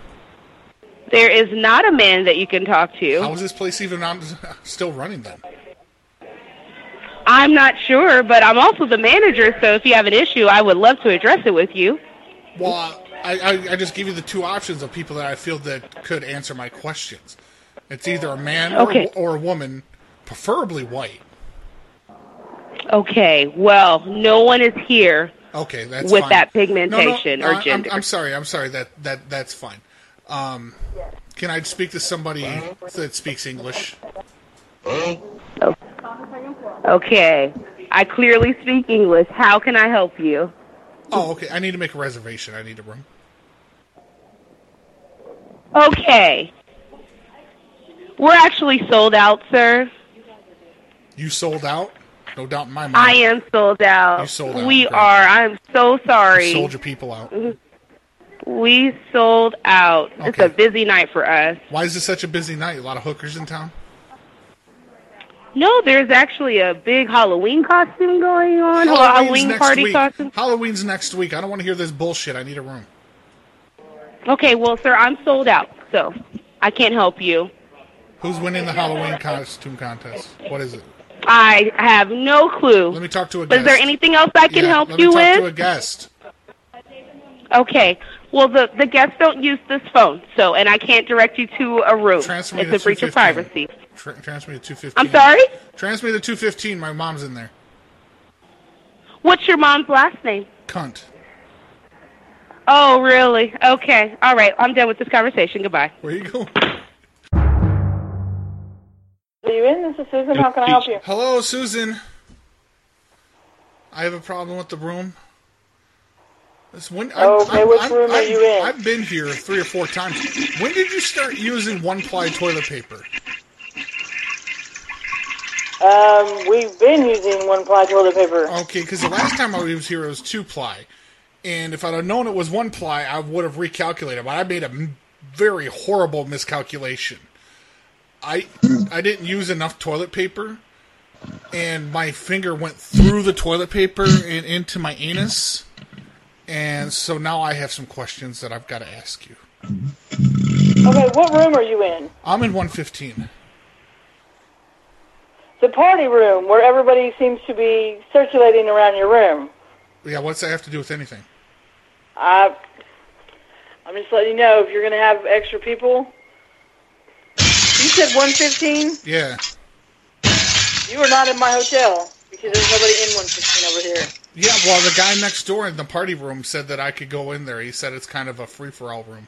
S3: There is not a man that you can talk to.
S9: How is this place even on, <laughs> still running then?
S3: I'm not sure, but I'm also the manager, so if you have an issue, I would love to address it with you.
S9: Well, I, I, I just give you the two options of people that I feel that could answer my questions. It's either a man
S3: Okay.
S9: or, or a woman, preferably white.
S3: Okay, well, no one is here
S9: Okay, that's
S3: with
S9: fine.
S3: that
S9: No, no,
S3: pigmentation
S9: no, I-
S3: or
S9: I'm-
S3: gender.
S9: I'm, sorry. I'm sorry. That that that's fine. Um, can I speak to somebody that speaks English?
S3: okay, I clearly speak English. How can I help you?
S9: Oh, okay. I need to make a reservation. I need a room.
S3: Okay. We're actually sold out, sir.
S9: You sold out? No doubt in my mind.
S3: I am sold out.
S9: You sold out,
S3: We
S9: okay.
S3: are. I'm so sorry.
S9: You sold your people out.
S19: Mm-hmm.
S3: we sold out. It's a busy night for us.
S9: Why is it such a busy night? A lot of hookers in town?
S3: No, there's actually a big Halloween costume going on. Hello, Halloween party
S9: week.
S3: costume.
S9: Halloween's next week. I don't want to hear this bullshit. I need a room.
S3: Okay, well, sir, I'm sold out, so I can't help you.
S9: Who's winning the Halloween costume contest? What is it?
S3: I have no clue.
S9: Let me talk to a
S3: But
S9: guest.
S3: is there anything else I can
S9: Yeah,
S3: help
S9: let
S3: you
S9: me talk
S3: with?
S9: To a guest.
S3: Okay. Well, the the guests don't use this phone, so and I can't direct you to a room.
S9: Transfer me
S3: it's
S9: to
S3: a breach of
S9: 215.
S3: privacy.
S9: Tra- transfer me to 215.
S3: I'm sorry.
S9: Transfer me to 215. My mom's in there.
S3: What's your mom's last name?
S9: Cunt.
S3: Oh, really? Okay. All right. I'm done with this conversation. Goodbye.
S9: Where you going?
S19: Are you in? This is Susan. How can I help you?
S9: Hello, Susan. I have a problem with the room. This when,
S19: Okay, which room are you in?
S9: I've been here three or four times. When did you start using one ply toilet paper?
S19: Um, we've been using one ply toilet paper.
S9: Okay, because the last time I was here it was two ply, And if I'd have known it was one ply, I would have recalculated. But I made a m- very horrible miscalculation. I I didn't use enough toilet paper, and my finger went through the toilet paper and into my anus. And so now I have some questions that I've got to ask you.
S19: Okay, what room are you in?
S9: I'm in 115.
S19: The party room where everybody seems to be circulating around your room.
S9: Yeah, what's that have to do with anything?
S19: I, I'm just letting you know if you're going to have extra people. You said 115.
S9: Yeah,
S19: You are not in my hotel because there's nobody in 115 over here.
S9: yeah. Well, the guy next door in the party room said that I could go in there. He said it's kind of a free for all room.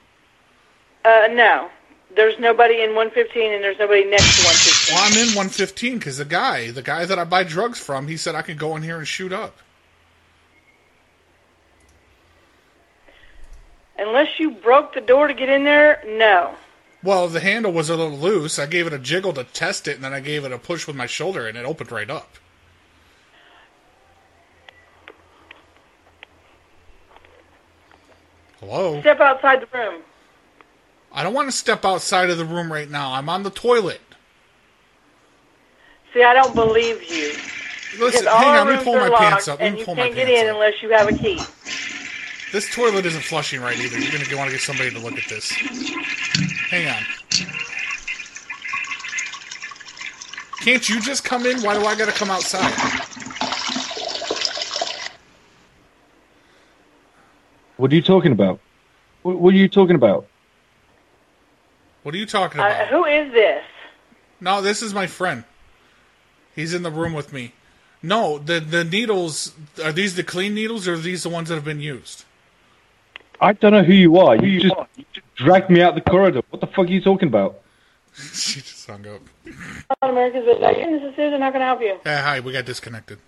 S19: Uh, no, there's nobody in 115 and there's nobody next to 115.
S9: Well, I'm in 115 because the guy, the guy that I buy drugs from, he said I could go in here and shoot up.
S19: Unless you broke the door to get in there, no.
S9: Well, the handle was a little loose. I gave it a jiggle to test it, and then I gave it a push with my shoulder, and it opened right up. Hello.
S19: Step outside the room.
S9: I don't want to step outside of the room right now. I'm on the toilet.
S19: See, I don't believe you.
S9: Listen,
S19: Because all
S9: hang
S19: our
S9: on. Let me
S19: rooms
S9: pull
S19: are
S9: my
S19: locked,
S9: pants up. Let
S19: And
S9: me
S19: you
S9: pull my
S19: can't get
S9: pants
S19: in unless you have a key.
S9: This toilet isn't flushing right either. You're going to want to get somebody to look at this. Hang on. Can't you just come in? Why do I got to come outside?
S1: What are you talking about? What, what are you talking about?
S9: What are you talking about?
S19: who is this?
S9: No, this is my friend. He's in the room with me. No, the the needles are these the clean needles or are these the ones that have been used?
S1: I don't know who you are. You just dragged me out the corridor. What the fuck are you talking about?
S9: <laughs> she just hung up.
S19: All America's with This is Susan. How can I help you?
S9: Yeah, hi, we got disconnected.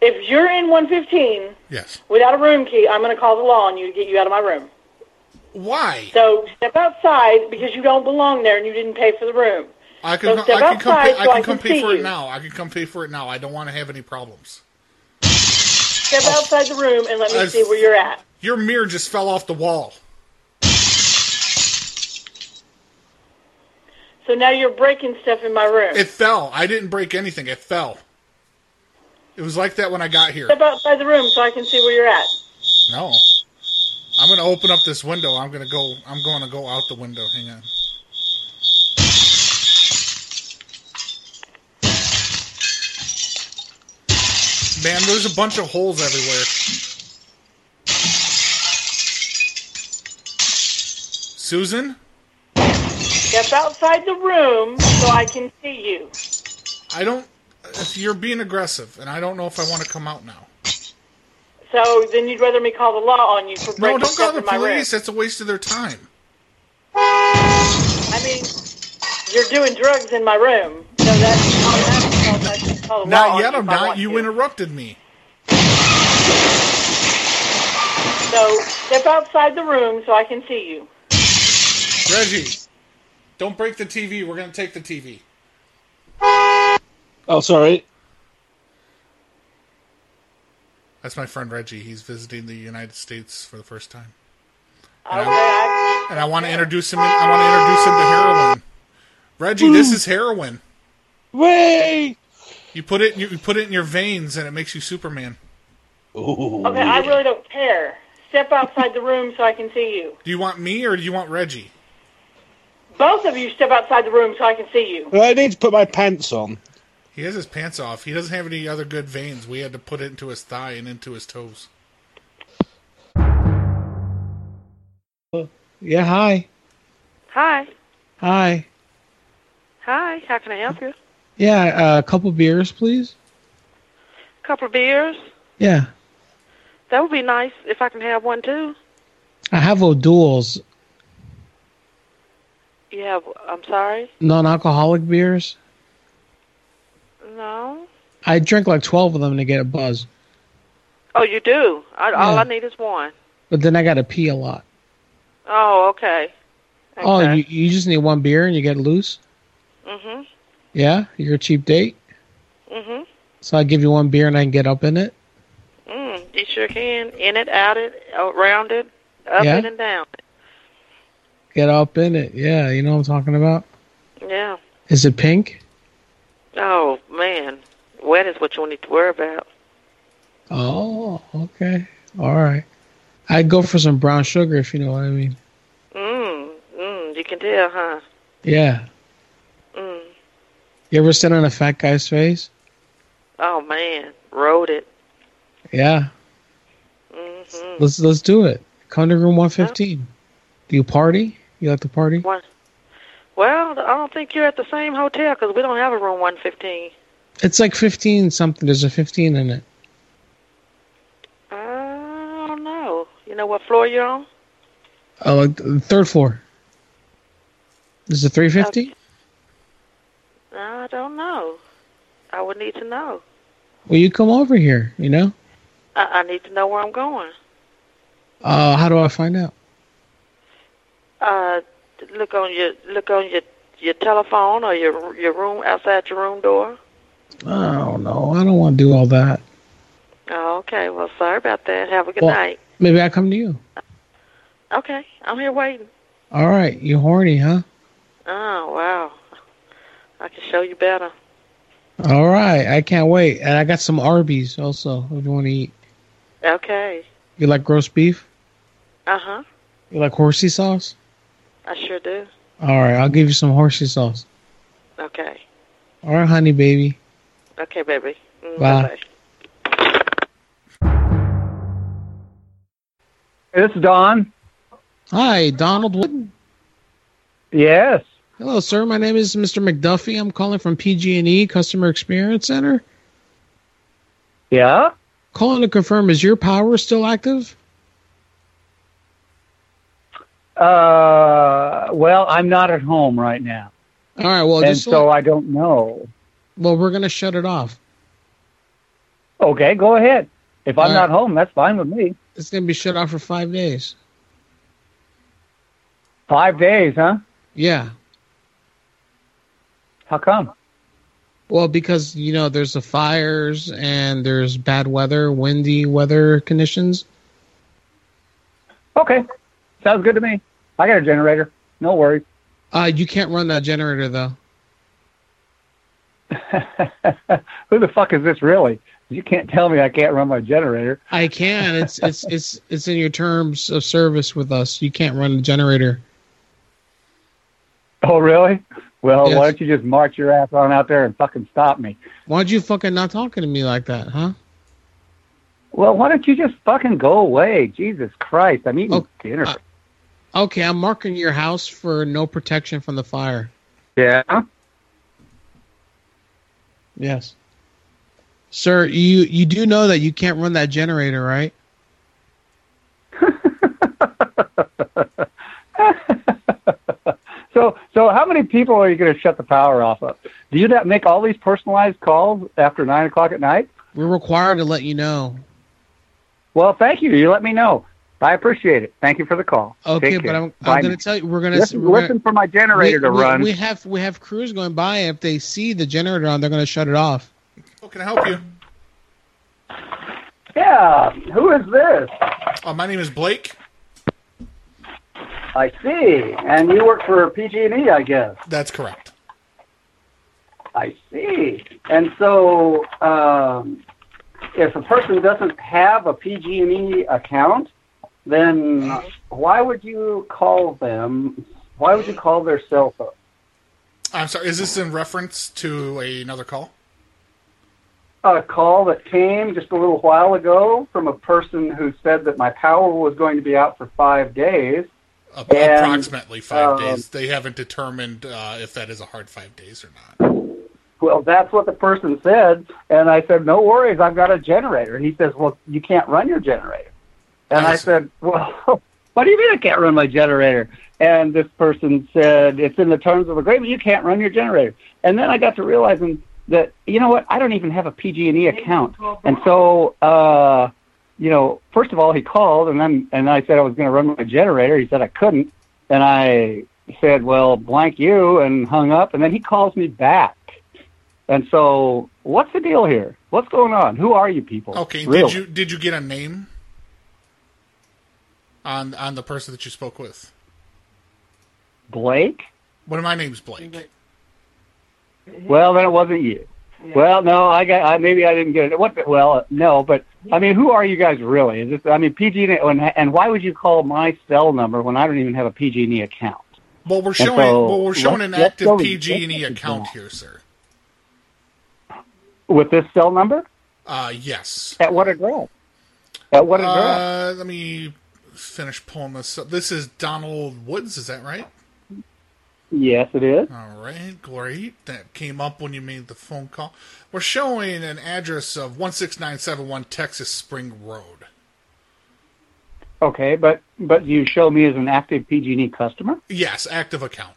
S19: If you're in 115
S9: Yes.
S19: without a room key, I'm going to call the law on you to get you out of my room.
S9: Why?
S19: So step outside because you don't belong there and you didn't pay for the room.
S9: I can
S19: so
S9: I
S19: step
S9: can come
S19: outside
S9: pay,
S19: so
S9: I can
S19: I
S9: come
S19: can
S9: pay
S19: see
S9: for it
S19: you.
S9: now. I can come pay for it now. I don't want to have any problems.
S19: Step outside the room and let me
S9: I-
S19: see where you're at.
S9: Your mirror just fell off the wall.
S19: So now you're breaking stuff in my room.
S9: It fell. I didn't break anything. It fell. It was like that when I got here.
S19: Step outside the room so I can see where you're at.
S9: No. I'm gonna open up this window. I'm gonna go. I'm going to go out the window. Hang on. Man, there's a bunch of holes everywhere. Susan,
S19: Step outside the room so I can see you.
S9: I don't. You're being aggressive, and I don't know if I want to come out now.
S19: So then you'd rather me call the law on you for breaking
S9: No, don't
S19: stuff
S9: call the
S19: in my
S9: police. That's a waste of their time.
S19: room. I mean, you're doing drugs in my room. So that's automatic call, so I can call the law
S9: Not
S19: on
S9: yet.
S19: you Oh,
S9: I'm
S19: if I
S9: not.
S19: want
S9: You
S19: to.
S9: interrupted me.
S19: So step outside the room so I can see you.
S9: Reggie, don't break the TV. We're going to take the TV.
S7: Oh, sorry.
S9: That's my friend Reggie. He's visiting the United States for the first time. And I want to introduce him. I want to introduce him to heroin. Reggie, this is heroin.
S7: Wait.
S9: You put it. You put it in your veins, and it makes you Superman.
S19: Okay, I really don't care. Step outside the room so I can see you.
S9: Do you want me or do you want Reggie?
S19: Both of you step outside the room so I can see you.
S7: I need to put my pants on.
S9: He has his pants off. He doesn't have any other good veins. We had to put it into his thigh and into his toes.
S13: Yeah, hi.
S12: Hi.
S13: Hi.
S12: Hi. How can I help you?
S13: Yeah, uh, a couple beers, please.
S12: Couple of beers.
S13: Yeah.
S12: That would be nice if I can have one too.
S13: I have O'Doul's
S12: You have? I'm sorry.
S13: non alcoholic beers.
S12: No.
S13: I drink like 12 of them to get a buzz,
S12: Oh, you do. I, All
S13: Yeah.
S12: I need is one.
S13: but then I got to pee a lot.
S12: Oh, okay.
S13: Oh, you, you just need one beer and you get loose?
S12: Mhm.
S13: Yeah, you're a cheap date.
S12: Mhm.
S13: So I give you one beer and I can get up in it.
S12: Mm. You sure can. In it, out it, around it, up
S13: Yeah.
S12: it and down.
S13: Get up in it. Yeah, you know what I'm talking about?
S12: Yeah.
S13: Is it pink?
S12: Oh man, wet is what you need to worry about.
S13: Oh, okay. All right. I'd go for some brown sugar if you know what I mean.
S12: Mm, mm. You can tell, huh?
S13: Yeah.
S12: Mm.
S13: You ever sit on a fat guy's face?
S12: Oh man, rode it.
S13: Yeah.
S12: Mm-hmm.
S13: Let's let's do it. Come to room 115. Do you party? You like to party?
S12: What? Well, I don't think you're at the same hotel because we don't have a room 115.
S13: It's like 15 something. There's a 15 in it.
S12: I don't know. You know what floor you're on?
S13: Oh, like the third floor. There's a 350?
S12: I don't know. I would need to know.
S13: Well, you come over here, you know?
S12: I, I need to know where I'm going.
S13: Uh, how do I find out?
S12: Uh, look on your look on your your telephone or your your room outside your room door.
S13: I don't know. I don't want to do all that.
S12: Oh, okay. Well, sorry about that. Have a good
S13: Well-
S12: night.
S13: Maybe I come to you.
S12: Okay, I'm here waiting.
S13: All right. You horny, huh?
S12: Oh wow, I can show you better.
S13: All right. I can't wait. And I got some Arby's also if you want to eat.
S12: Okay.
S13: You like roast beef?
S12: Uh huh.
S13: You like horsey sauce?
S12: I sure do.
S13: All right. I'll give you some horsey sauce.
S12: Okay.
S13: All right, honey, baby.
S12: Okay, baby. Mm,
S13: Bye.
S12: bye-bye.
S5: It's Don.
S13: Hi, Donald Wooden.
S5: Yes.
S13: Hello, sir. My name is Mr. McDuffie. I'm calling from PG&E E Customer Experience Center.
S5: Yeah.
S13: Calling to confirm is your power still active?
S5: Uh, well, I'm not at home right now.
S13: All right. Well,
S5: and
S13: just
S5: so
S13: let-
S5: I don't know.
S13: well, we're gonna shut it off.
S5: Okay, go ahead. If I'm
S13: All
S5: not
S13: right.
S5: home, that's fine with me.
S13: It's gonna be shut off for five days.
S5: Five days, huh?
S13: Yeah.
S5: How come?
S13: Well, because you know there's the fires and there's bad weather, windy weather conditions.
S5: Okay, sounds good to me. I got a generator. No worries.
S13: Uh, you can't run that generator though.
S5: Who the fuck is this really? You can't tell me I can't run my generator.
S13: I can. It's it's it's it's in your terms of service with us. You can't run the generator.
S5: Oh, really? Well,
S13: Yes.
S5: why don't you just march your ass on out there and fucking stop me?
S13: Why'd you fucking not talking to me like that, huh?
S5: Well, why don't you just fucking go away? Jesus Christ, I'm eating dinner.
S13: uh, Okay, I'm marking your house for no protection from the fire.
S5: yeah.
S13: Yes. Sir, you you do know that you can't run that generator, right?
S5: So, so how many people are you going to shut the power off of? Do you not make all these personalized calls after nine o'clock at night?
S13: We're required to let you know.
S5: Well, thank you. You let me know. I appreciate it. Thank you for the call.
S13: Okay,
S5: Take
S13: but
S5: care.
S13: I'm,
S5: Bye
S13: I'm going
S5: now.
S13: to tell you we're going to
S5: Listen- listen for my generator to run.
S13: We have we have crews going by. If they see the generator on, they're going to shut it off.
S9: How can I help you?
S5: Yeah. Who is this?
S9: Uh, my name is Blake.
S5: I see. And you work for PG&E, I guess.
S9: That's correct.
S5: I see. And so, um, if a person doesn't have a PG&E E account, then why would you call them? Why would you call their cell phone?
S9: I'm sorry. Is this in reference to another call?
S5: a call that came just a little while ago from a person who said that my power was going to be out for five days.
S9: Ap-
S5: And,
S9: Approximately five
S5: um,
S9: days. They haven't determined uh, if that is a hard five days or not.
S5: Well, that's what the person said, and I said, "No worries, I've got a generator." And he says, "Well, you can't run your generator." And I said, "Well, <laughs> what do you mean I can't run my generator?" And this person said, "It's in the terms of agreement. You can't run your generator." And then I got to realizing that you know what? I don't even have a PG&E E account, and so uh, you know, first of all, he called, and then and I said I was going to run my generator. He said I couldn't, and I said, "Well, blank you," and hung up. And then he calls me back. And so What's the deal here? What's going on? Who are you people?
S9: Okay,
S5: Really?
S9: did you did you get a name on on the person that you spoke with?
S5: Blake?
S9: One of my name's Blake.
S5: Well, then it wasn't you. Well, no, I got I, maybe I didn't get it. What? the- Well, no, but I mean, who are you guys really? Is this? I mean, PG and and why would you call my cell number when I don't even have a PG&E E account?
S9: Well, we're
S5: And
S9: showing
S5: so,
S9: well, we're showing an
S5: let's- let's go
S9: active
S5: with-
S9: PG and E account here, sir.
S5: With this cell number?
S9: Uh yes.
S5: At what address? At what address?
S9: Uh, let me finish pulling this up. This is Donald Woods, is that right?
S5: yes, it is.
S9: All right, great. That came up when you made the phone call. We're showing an address of 16971 Texas Spring Road.
S5: Okay, but but you show me as an active PG&E E customer?
S9: Yes, active account.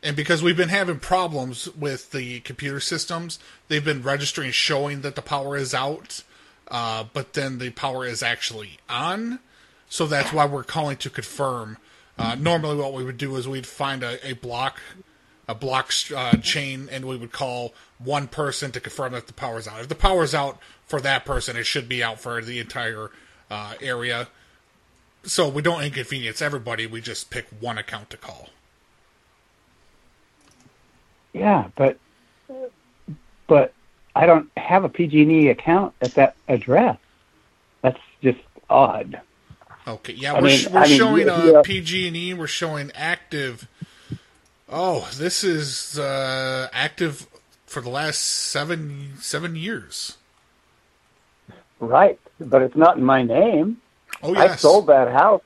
S9: And because we've been having problems with the computer systems, they've been registering showing that the power is out, uh, but then the power is actually on. So that's why we're calling to confirm. Uh, normally, what we would do is we'd find a, a block, a block uh, chain, and we would call one person to confirm that the power's out. If the power's out for that person, it should be out for the entire uh, area. So we don't inconvenience everybody. We just pick one account to call.
S5: Yeah, but but I don't have a PG&E E account at that address. That's just odd.
S9: Okay, yeah,
S5: I
S9: we're,
S5: mean-
S9: sh- we're
S5: I mean,
S9: showing
S5: yeah,
S9: uh,
S5: yeah.
S9: PG&E. We're showing active. Oh, this is uh, active for the last seven seven years.
S5: Right, but it's not in my name.
S9: Oh,
S5: I
S9: yes.
S5: sold that house.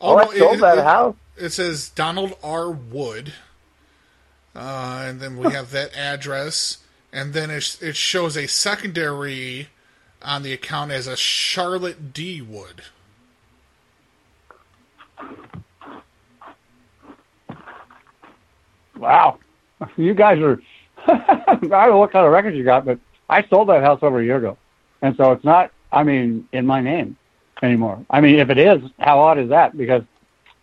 S5: Oh,
S9: no,
S5: I sold that house.
S9: It says Donald R. Wood, uh, and then we have that address, and then it, it shows a secondary on the account as a Charlotte D. Wood.
S5: Wow, <laughs> you guys are. <laughs> I don't know what kind of records you got, but I sold that house over a year ago, and so it's not. I mean, in my name anymore. I mean, if it is, how odd is that? Because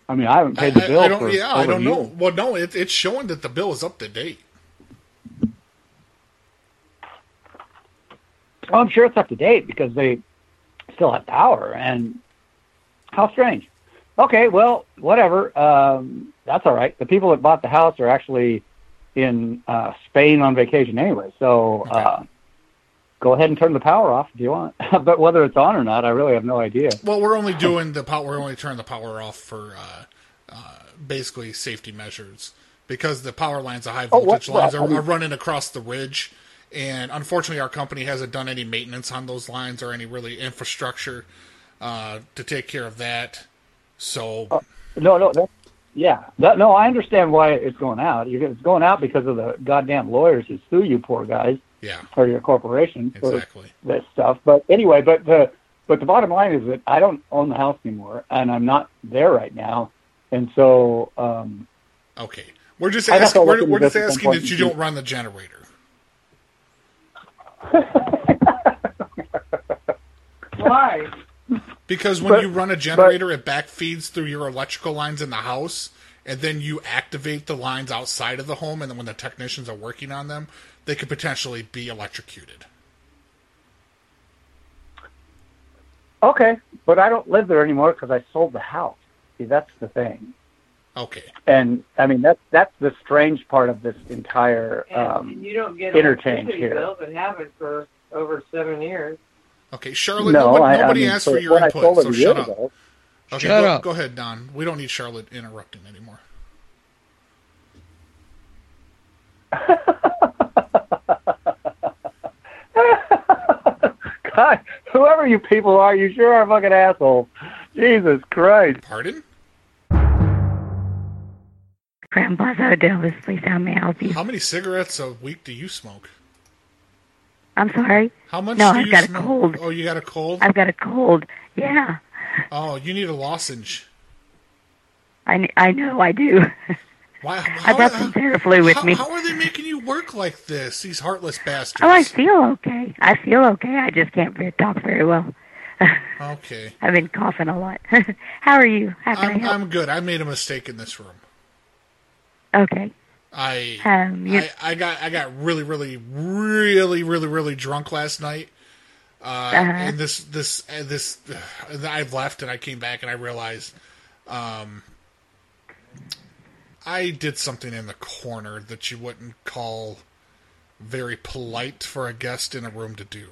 S5: I mean, I haven't paid the
S9: I-
S5: bill
S9: I don't,
S5: for
S9: yeah,
S5: over
S9: I
S5: a
S9: don't
S5: year.
S9: know. Well, no, it, it's showing that the bill is up to date.
S5: Well, I'm sure it's up to date because they still have power. And how strange. Okay, well, whatever. Um, that's all right. The people that bought the house are actually in uh, Spain on vacation anyway. So uh, go ahead and turn the power off if you want. <laughs> but whether it's on or not, I really have no idea.
S9: Well, we're only doing the power. We're only turning the power off for uh, uh, basically safety measures because the power lines, the high
S5: Oh, what-
S9: voltage lines,
S5: well,
S9: are,
S5: I mean-
S9: are running across the ridge, and unfortunately, our company hasn't done any maintenance on those lines or any really infrastructure uh, to take care of that. So
S5: Uh, No, no, that, yeah, that, no. I understand why it's going out. You're, it's going out because of the goddamn lawyers who sue you, poor guys.
S9: Yeah.
S5: Or your corporation for
S9: Exactly.
S5: this stuff. But anyway, but the but the bottom line is that I don't own the house anymore, and I'm not there right now, and so um,
S9: okay, we're just
S5: I'd have to
S9: asking.
S5: look
S9: We're,
S5: into
S9: we're
S5: this
S9: just
S5: at some
S9: asking
S5: point
S9: that you
S5: and see.
S9: don't run the generator.
S5: <laughs> Why?
S9: Because when
S5: But-
S9: you run a
S5: but-
S9: generator, it backfeeds through your electrical lines in the house, and then you activate the lines outside of the home. And then when the technicians are working on them, they could potentially be electrocuted.
S5: okay, but I don't live there anymore because I sold the house. See, that's the thing.
S9: Okay.
S5: And I mean that's that's the strange part of this entire um,
S8: you don't get
S5: interchange
S8: electricity
S5: here.
S8: bills that haven't for over seven years.
S9: Okay, Charlotte.
S5: No,
S9: nobody
S5: I- I
S9: nobody
S5: mean,
S9: asked
S5: so
S9: for your
S5: when I
S9: input,
S5: sold it
S9: so
S5: a year
S9: shut up.
S5: ago-
S9: Okay,
S5: Shut
S9: go,
S5: up.
S9: go ahead, Don. We don't need Charlotte interrupting anymore.
S5: God, whoever you people are, you sure are fucking assholes. Jesus Christ.
S9: Pardon?
S14: Grandpa's Odell is please how may I help you?
S9: How many cigarettes a week do you smoke?
S14: I'm sorry.
S9: How much?
S14: No,
S9: do
S14: I've
S9: you
S14: got
S9: smoke?
S14: a cold.
S9: Oh, you got a cold.
S14: I've got a cold. Yeah,
S9: Oh, you need a lozenge.
S14: I, kn- I know I do.
S9: Why?
S14: <laughs> I brought some Theraflu with
S9: how,
S14: me.
S9: How are they making you work like this? These heartless bastards.
S14: Oh, I feel okay. I feel okay. I just can't ve- talk very well.
S9: Okay.
S14: <laughs> I've been coughing a lot. <laughs> how are you? How can i
S9: I'm,
S14: help?
S9: I'm good. I made a mistake in this room.
S14: Okay.
S9: I
S14: Um, you-
S9: I, I got I got really really really really really drunk last night. Uh,
S14: Uh-huh.
S9: And this this uh, this uh, I left and I came back and I realized um, I did something in the corner that you wouldn't call very polite for a guest in a room to do.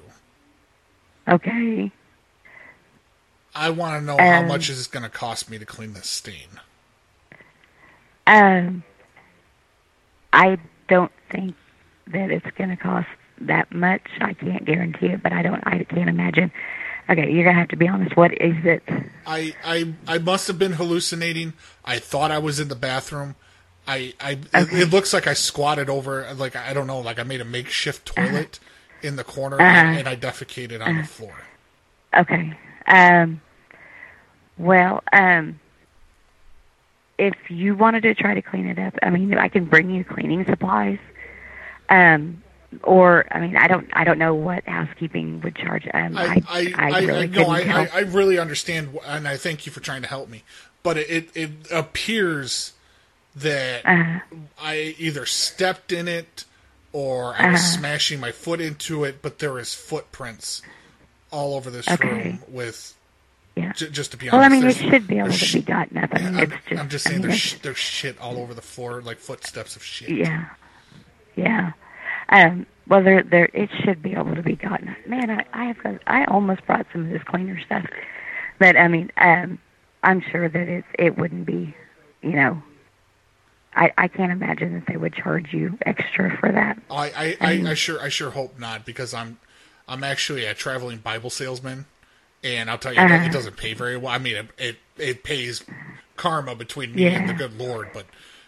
S14: Okay.
S9: I want to know how
S14: Um.
S9: much is it going to cost me to clean this stain.
S14: Um, I don't think that it's going to cost that much. I can't guarantee it, but I don't. I can't imagine. Okay, you're going to have to be honest. What is it?
S9: I, I I must have been hallucinating. I thought I was in the bathroom. I, I it- it, looks like I squatted over like I don't know like I made a makeshift toilet in the corner
S14: Uh-huh.
S9: and I defecated on the floor.
S14: Okay. Um, well, um, if you wanted to try to clean it up, I mean, I can bring you cleaning supplies. Um, or I mean, I don't, I don't know what housekeeping would charge. Um, I,
S9: I,
S14: I,
S9: I,
S14: really
S9: I no,
S14: couldn't
S9: I,
S14: tell.
S9: I, I really understand, wh- and I thank you for trying to help me. But it it, it appears that
S14: Uh-huh.
S9: I either stepped in it or I was
S14: Uh-huh.
S9: smashing my foot into it. But there is footprints all over this
S14: Okay.
S9: room with.
S14: Yeah.
S9: J- just to be honest,
S14: Well, I mean, it
S9: there's-
S14: should be able
S9: there's
S14: to be gotten up. I mean,
S9: I'm,
S14: it's just,
S9: I'm just
S14: I
S9: saying
S14: mean,
S9: there's,
S14: it's-
S9: sh- there's shit all over the floor, like footsteps of shit.
S14: Yeah. Yeah. Um, well, there, there, it should be able to be gotten. Man, I, I have, got, I almost brought some of this cleaner stuff, but I mean, um, I'm sure that it, it wouldn't be, you know, I, I can't imagine that they would charge you extra for that. <laughs>
S9: I, I,
S14: Um,
S9: I, I sure I sure hope not because I'm I'm actually a traveling Bible salesman, and I'll tell you
S14: Uh-huh.
S9: it doesn't pay very well. I mean it it, it pays karma between me and the
S14: Yeah.
S9: good Lord, but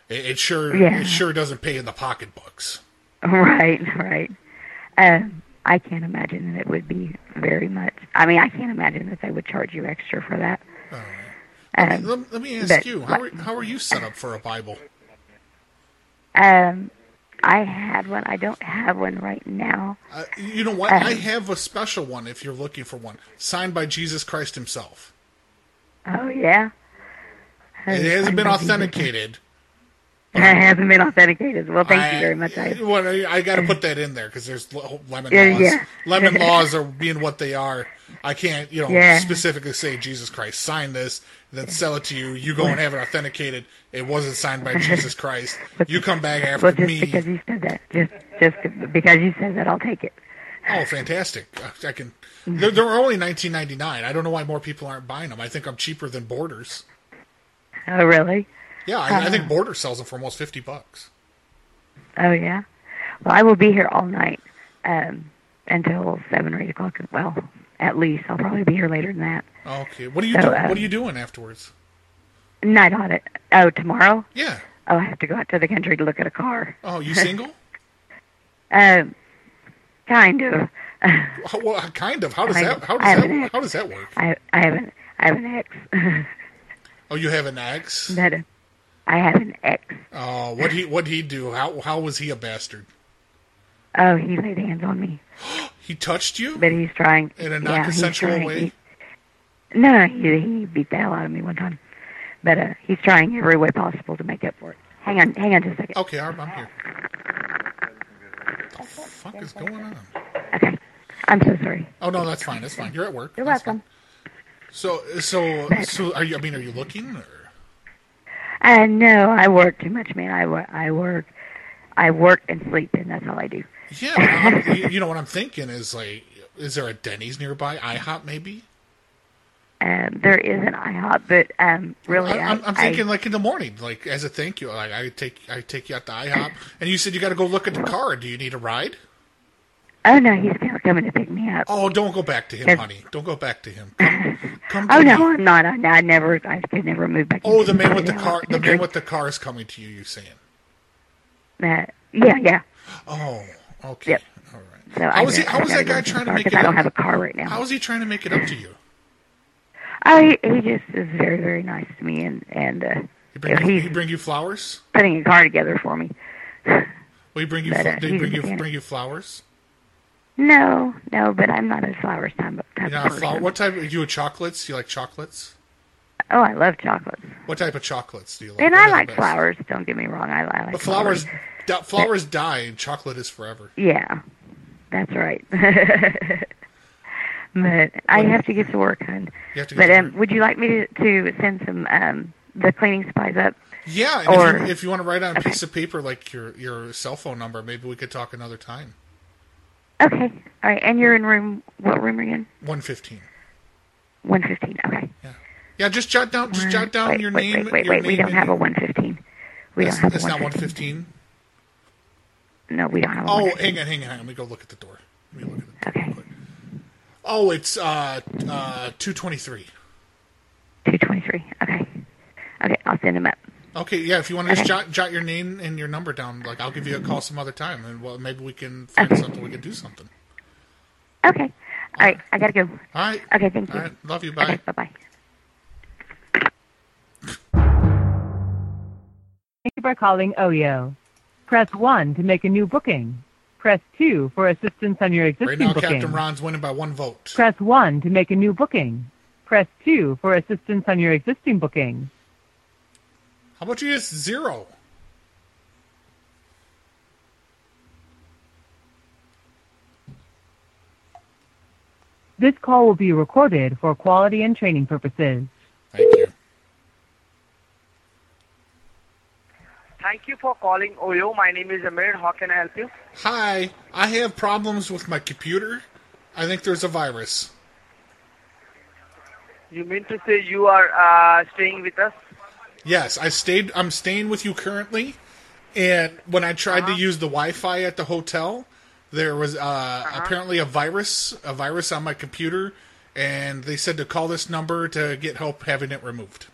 S9: it, it sure
S14: Yeah.
S9: it sure doesn't pay in the pocketbooks.
S14: Right, right. Um, I can't imagine that it would be very much. I mean, I can't imagine that they would charge you extra for that.
S9: Let,
S14: Um,
S9: me- let me ask
S14: but-
S9: you how are, how are you set up for a Bible?
S14: Um, I had one. I don't have one right now.
S9: Uh, you know what?
S14: Uh,
S9: I have a special one if you're looking for one, signed by Jesus Christ Himself.
S14: Oh yeah. Oh,
S9: It hasn't been
S14: I might be-
S9: authenticated.
S14: <laughs> It hasn't been authenticated. Well, thank you very much. I,
S9: Well, I, got to put that in there because there's lo- lemon
S14: Yeah,
S9: laws.
S14: yeah. <laughs>
S9: lemon laws are being what they are. I can't, you know,
S14: Yeah.
S9: specifically say Jesus Christ sign this, then sell it to you. You go and have it authenticated. It wasn't signed by
S14: <laughs>
S9: Jesus Christ. You come back after
S14: well, just
S9: me.
S14: because you said that, just just because you said that, I'll take it. <laughs>
S9: Oh, fantastic! I can.
S14: Mm.
S9: They're, they're only 19.99. I don't know why more people aren't buying them. I think I'm cheaper than Borders.
S14: Oh really?
S9: Yeah, I,
S14: Uh-huh.
S9: I think Borders sells them for almost 50 bucks.
S14: Oh yeah. Well, I will be here all night um, until seven or eight o'clock. Well, at least I'll probably be here later than that.
S9: Okay, what are you
S14: So,
S9: doing?
S14: um,
S9: what are you doing afterwards?
S14: Night audit. Oh, tomorrow?
S9: Yeah.
S14: Oh, I have to go out to the country to look at a car.
S9: Oh, you
S14: <laughs>
S9: single?
S14: um, kind of. <laughs>
S9: How- well, kind of. How does
S14: I-
S9: that? How
S14: I
S9: does
S14: have an
S9: that?
S14: ex.
S9: How does that work?
S14: I I have an I have an ex.
S9: Oh, you have an ex.
S14: <laughs> that I have an ex.
S9: Oh, what he what he do? How how was he a bastard?
S14: Oh, he laid hands on me,
S9: <gasps> He touched you
S14: but he's trying.
S9: in a
S14: yeah, he's
S9: non-consensual
S14: trying.
S9: way.
S14: he- no, no, he he beat the hell out of me one time, but uh, he's trying every way possible to make up for it. Hang on, hang on just a second.
S9: Okay, I'm, I'm here. What the fuck is going on?
S14: I'm so sorry.
S9: Oh no, that's fine. That's fine. You're at work.
S14: You're
S9: That's
S14: welcome.
S9: fine. So so so are you? I mean, are you looking? Or?
S14: I know Uh, I work too much, man. I work, I work, I work and sleep, and that's all I do.
S9: Yeah. but I'm- you- you know what I'm thinking is like, is there a Denny's nearby? IHOP maybe?
S14: <laughs> Um, there is an IHOP, but um, really,
S9: I, am
S14: I,
S9: I'm
S14: I-
S9: thinking like in the morning, like as a thank you. Like I take I take you out to IHOP, and you said you got to go look at the car. Do you need a ride?
S14: oh no, he's kind of coming to pick me up.
S9: Oh, don't go back to him,
S14: Yes.
S9: honey. Don't go back to him.
S14: oh no, I'm not. I, I never, I could never move back.
S9: Oh,
S14: into
S9: the man with the
S14: house.
S9: car. The man with the car is coming to you. You saying?
S14: Uh, yeah, yeah.
S9: Oh, okay.
S14: Yep.
S9: All right.
S14: So
S9: how
S14: I
S9: was he,
S14: gotta-
S9: how
S14: I
S9: was
S14: gotta
S9: that
S14: go
S9: guy
S14: to the
S9: trying to
S14: car
S9: make it?
S14: 'cause I don't
S9: up-
S14: have a car right now.
S9: How was he trying to make it up to you?
S14: Oh, he, he just is very, very nice to me, and and uh,
S9: He bring, you,
S14: he's
S9: he bring you flowers?
S14: putting a car together for me.
S9: Will he bring you?
S14: But,
S9: fl-
S14: uh,
S9: did he
S14: he's
S9: bring
S14: a
S9: you?
S14: mechanic.
S9: Bring you flowers?
S14: No, no, but I'm not a flowers time type
S9: You're
S14: of
S9: not a
S14: person.
S9: flower. What type? Are you a chocolates? You like chocolates?
S14: Oh, I love chocolates.
S9: What type of chocolates do you like?
S14: And
S9: What
S14: I
S9: are the
S14: like
S9: best?
S14: flowers. Don't get me wrong. I, I like
S9: But flowers, di- flowers die, and chocolate is forever.
S14: Yeah, that's right. <laughs> but I have to get to work, hon.
S9: You have to get
S14: But
S9: to
S14: um, would you like me to, to send some um, the cleaning supplies up?
S9: Yeah, and
S14: Or
S9: if, you, if you want to write on a piece of paper like your your cell phone number, maybe we could talk another time.
S14: okay, all right. And you're in room. What room are you in?
S9: One fifteen.
S14: One fifteen. Okay.
S9: Yeah, just jot down, just jot down
S14: wait,
S9: your
S14: wait,
S9: name.
S14: Wait, wait,
S9: your
S14: wait. We
S9: name
S14: don't
S9: and-
S14: have a one fifteen. We
S9: That's-
S14: don't have
S9: that's
S14: a
S9: not
S14: one
S9: 115.
S14: No, we don't have a
S9: Oh,
S14: one.
S9: hang on, hang on, hang on. Let me go look at the door. Let me look at the door. real quick. Oh, it's uh uh two twenty three.
S14: Two twenty three. Okay. Okay, I'll send them up.
S9: Okay, yeah. If you want to just
S14: Okay.
S9: jot jot your name and your number down, like I'll give you a call some other time, and well, maybe we can find something. We can do something.
S14: Okay. All right, I gotta go.
S9: All right.
S14: Okay, thank you.
S9: All right, love you. Bye.
S14: bye bye.
S20: Thank you for calling OYO. Press 1 to make a new booking. Press 2 for assistance on your existing
S9: Right now,
S20: booking.
S9: Captain Ron's winning by one vote.
S20: Press 1 to make a new booking. Press 2 for assistance on your existing booking.
S9: How about you just zero?
S20: This call will be recorded for quality and training purposes.
S9: Thank you.
S21: Thank you for calling OYO. My name is Amir. How can I help you?
S9: Hi, I have problems with my computer. I think there's a virus.
S21: You mean to say you are uh, staying with us?
S9: Yes, I stayed. I'm staying with you currently, and when I tried to use the Wi-Fi at the hotel, there was uh, apparently a virus, a virus on my computer, and they said to call this number to get help having it removed.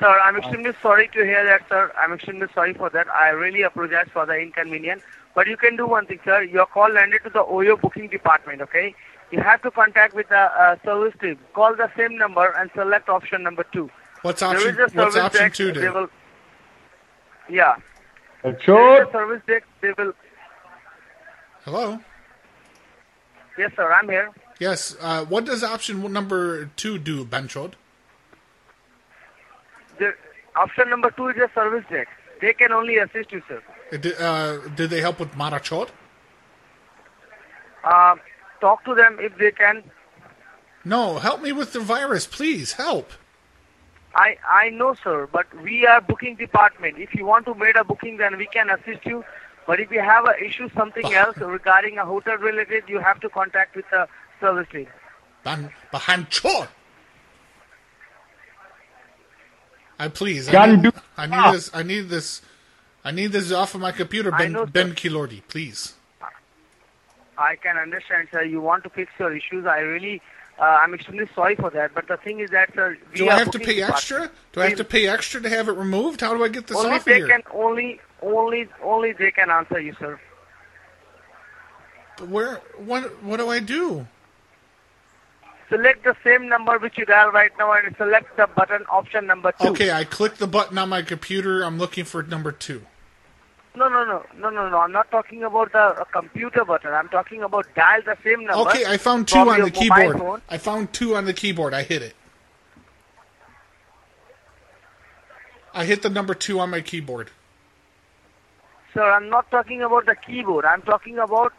S21: Sir, I'm extremely sorry to hear that, sir. I'm extremely sorry for that. I really apologize for the inconvenience. But you can do one thing, sir. Your call landed to the OYO booking department, okay? You have to contact with the uh, service team. Call the same number and select option number two.
S9: What's
S21: there
S9: option?
S21: is a
S9: What's
S21: service
S9: option
S21: desk,
S9: two
S21: They
S9: do?
S21: will, yeah. There is a service desk. They will.
S9: Hello.
S21: Yes, sir. I'm here.
S9: Yes. Uh, what does option number two do, Benchod?
S21: The option number two is a service desk. They can only assist you, sir.
S9: Did, uh, did they help with Marachod?
S21: Uh, talk to them if they can.
S9: No, help me with the virus, please. Help.
S21: I I know, sir, but we are booking department. If you want to make a booking, then we can assist you. But if you have a issue, something else regarding a hotel related, you have to contact with the service team.
S9: Ben, behind Chor. I please. I need,
S21: Can do-
S9: I need this. I need this. I need this off of my computer, Ben, ben Kilordi, please.
S21: I can understand, sir. You want to fix your issues. I really, uh, I'm extremely sorry for that. But the thing is that, sir, we
S9: Do
S21: are
S9: I have to
S21: booking
S9: pay
S21: department.
S9: extra? Do I have to pay extra to have it removed? How do I get this
S21: only
S9: off of
S21: they
S9: here?
S21: can only only only they can answer you, sir.
S9: But Where? What? What do I do?
S21: Select the same number which you dial right now and select the button option number two.
S9: Okay, I click the button on my computer. I'm looking for number two.
S21: No, no, no, no, no, no. I'm not talking about the uh, computer button. I'm talking about dial the same number.
S9: Okay, I found two
S21: from
S9: on
S21: your
S9: the
S21: mobile
S9: keyboard.
S21: phone.
S9: I found two on the keyboard. I hit it. I hit the number two on my keyboard.
S21: Sir, I'm not talking about the keyboard. I'm talking about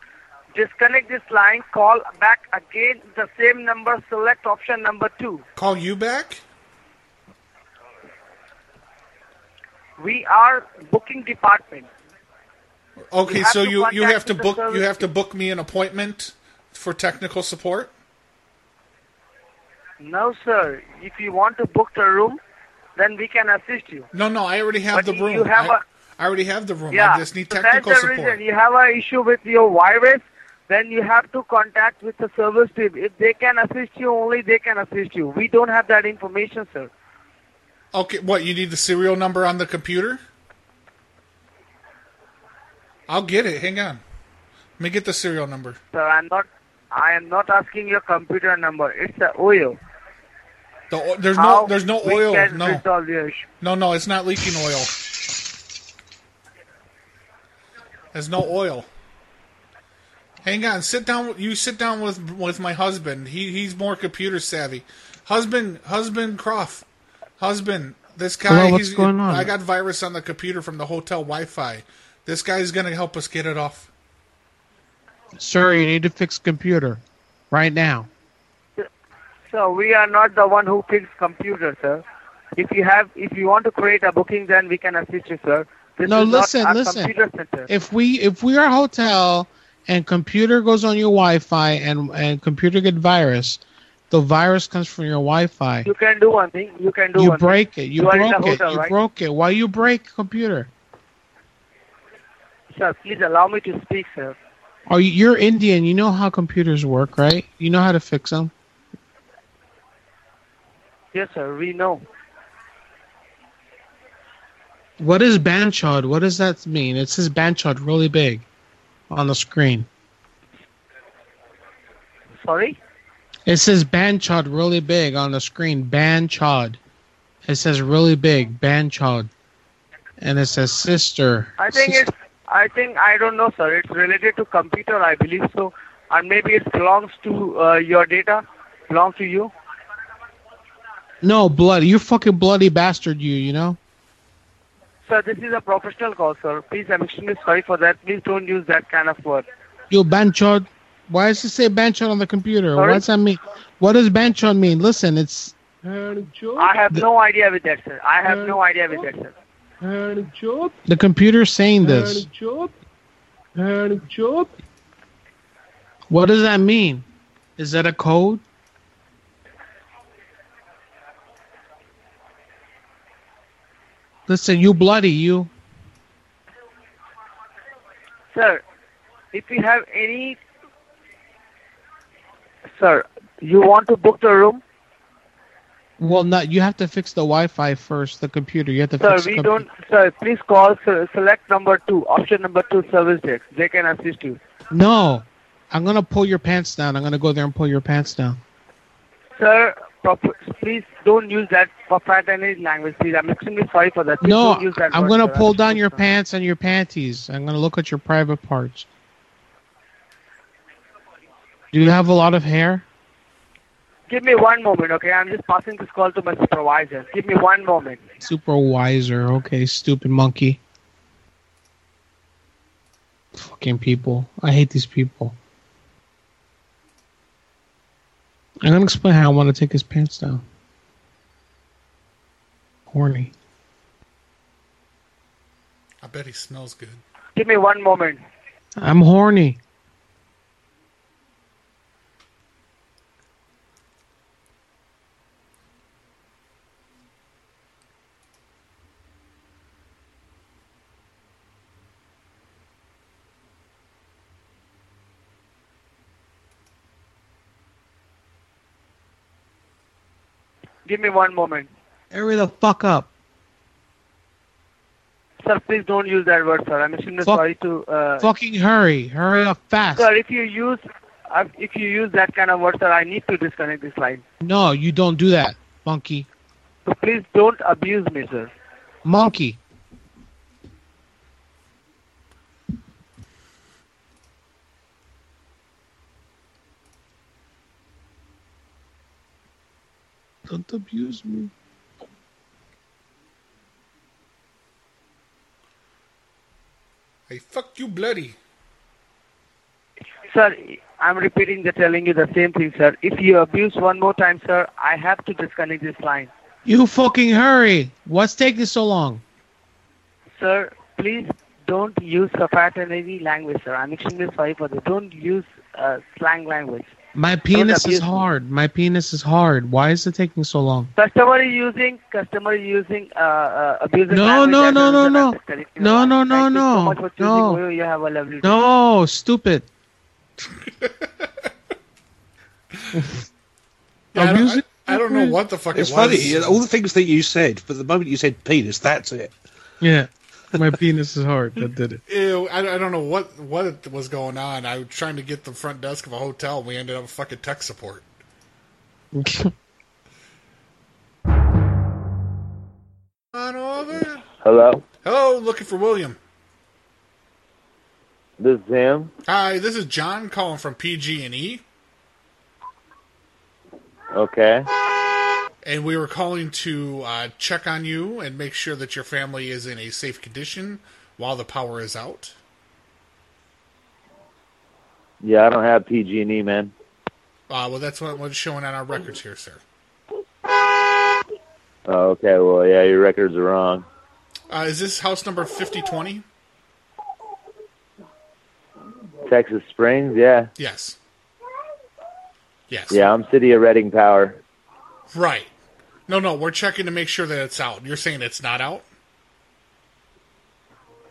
S21: disconnect this line, call back again the same number, select option number two.
S9: Call you back?
S21: We are booking department.
S9: Okay,
S21: You have
S9: so
S21: to
S9: you you
S21: contact
S9: have to
S21: the
S9: book you
S21: service-
S9: have to book me an appointment for technical support.
S21: No, sir. If you want to book the room, then we can assist you.
S9: No, no, I already have
S21: But
S9: the
S21: you-
S9: room.
S21: you have
S9: I,
S21: a-
S9: I already have the room. I just need
S21: so
S9: technical
S21: that's the
S9: support.
S21: Reason. You have an issue with your virus, then you have to contact with the service team. If they can assist you, only they can assist you. We don't have that information, sir.
S9: Okay, what you need the serial number on the computer? I'll get it. Hang on. Let me get the serial number.
S21: Sir, I'm not. I am not asking your computer number. It's the oil.
S9: The, o- there's
S21: How
S9: no there's no
S21: we
S9: oil.
S21: can
S9: No.
S21: resolve your issue.
S9: No, no, it's not leaking oil. There's no oil. Hang on, sit down. You sit down with with my husband. He he's more computer savvy. Husband, husband, Croft, husband. This guy,
S13: Hello, what's
S9: he's,
S13: going on?
S9: I got virus on the computer from the hotel Wi-Fi. This guy's gonna help us get it off.
S13: Sir, you need to fix computer right now.
S21: So we are not the one who fixes computers, sir. If you have, if you want to create a booking, then we can assist you, sir. This
S13: no,
S21: is not
S13: listen,
S21: our
S13: listen.
S21: Computer center.
S13: If we if we are a hotel and computer goes on your Wi-Fi and and computer get virus, the virus comes from your Wi-Fi.
S21: you can do one thing. You can do
S13: You
S21: one.
S13: break
S21: thing.
S13: it. You,
S21: are
S13: broke
S21: in the
S13: it.
S21: hotel,
S13: you
S21: right?
S13: broke it. Why you break computer?
S21: Sir, please allow me to speak, sir.
S13: Are you, you're Indian? You know how computers work, right? You know how to fix them.
S21: Yes, sir. We know.
S13: What is Banchod? What does that mean? It says Banchod really big on the screen.
S21: Sorry.
S13: It says Banchod really big on the screen. Banchod. It says really big. Banchod. And it says sister.
S21: I think it's. I think I don't know, sir. It's related to computer, I believe so, and maybe it belongs to uh, your data, belongs to you.
S13: No, bloody. You fucking bloody bastard, you, you know?
S21: Sir, this is a professional call, sir. Please, I'm extremely sorry for that. Please don't use that kind of word.
S13: You Banchod. Why does it say Banchod on the computer?
S21: Sorry?
S13: What does that mean? What does Banchod mean? Listen, it's.
S21: I have no idea with that, sir. I have no idea with that, sir.
S13: The computer's saying this. What does that mean? Is that a code? Listen, you bloody you.
S21: Sir, if you have any, sir, you want to book the room?
S13: Well, not you have to fix the Wi-Fi first. The computer, you have to
S21: Sir,
S13: fix.
S21: we
S13: the
S21: don't. Sir, please call. Sir, select number two, option number two, service desk. They can assist you.
S13: don't. No, I'm gonna pull your pants down. I'm gonna go there and pull your pants down.
S21: Sir, proper, please don't use that proprietary language, please. I'm extremely sorry for that. Please
S13: No,
S21: don't use that
S13: I'm
S21: word,
S13: gonna
S21: sir.
S13: pull down your pants and your panties. I'm gonna look at your private parts. Do you have a lot of hair?
S21: Give me one moment, okay? I'm just passing this call to my supervisor. Give me one moment.
S13: Super wiser. Okay, stupid monkey. Fucking people. I hate these people. I'm gonna explain how I want to take his pants down. Horny.
S9: I bet he smells good.
S21: Give me one moment.
S13: I'm horny.
S21: Give me one moment.
S13: Hurry the fuck up.
S21: Sir, please don't use that word, sir. I'm extremely
S13: Fuck-
S21: sorry to. Uh,
S13: Fucking hurry. Hurry up fast.
S21: Sir, if you use uh, if you use that kind of word, sir, I need to disconnect this line.
S13: No, you don't do that, monkey.
S21: So please don't abuse me, sir.
S13: Monkey. Don't abuse me.
S9: Hey, fuck you, bloody.
S21: Sir, I'm repeating the telling you the same thing, sir. If you abuse one more time, sir, I have to disconnect this line.
S13: You fucking hurry. What's taking so long?
S21: Sir, please don't use proprietary language, sir. I'm extremely sorry for this. Don't use uh, slang language.
S13: My penis is
S21: abuse me.
S13: hard. My penis is hard. Why is it taking so long?
S21: Customer is using customer is using uh, uh, abusive
S13: No,
S21: language.
S13: no,
S21: as
S13: no,
S21: a
S13: no,
S21: reason
S13: no.
S21: I'm disconnecting the
S13: No,
S21: line.
S13: no, no,
S21: Thank you so much
S13: no.
S21: for choosing
S13: No.
S21: Oyo. You have a lovely day.
S13: No, stupid.
S9: Yeah, I don't-
S22: Abuse it.
S9: I don't know what the fuck
S22: It's
S9: it was.
S22: funny. you know, All the things that you said, but the moment you said penis, that's it.
S13: Yeah. My penis is hard. That did it.
S9: Ew, I, I don't know what what was going on. I was trying to get the front desk of a hotel. We ended up with fucking tech support. On over.
S2: Hello,
S9: Hello, looking for William.
S2: this is Jim.
S9: Hi, this is John calling from PG and E.
S2: Okay.
S9: and we were calling to uh, check on you and make sure that your family is in a safe condition while the power is out.
S2: Yeah, I don't have PG&E, E, man.
S9: Uh, well, that's what what's showing on our records here, sir.
S2: Oh, okay, well, yeah, your records are wrong.
S9: Uh, is this house number fifty twenty?
S2: Texas Springs, yeah.
S9: Yes. Yes.
S2: Yeah, I'm City of Reading Power.
S9: Right. No, no, we're checking to make sure that it's out. You're saying it's not out?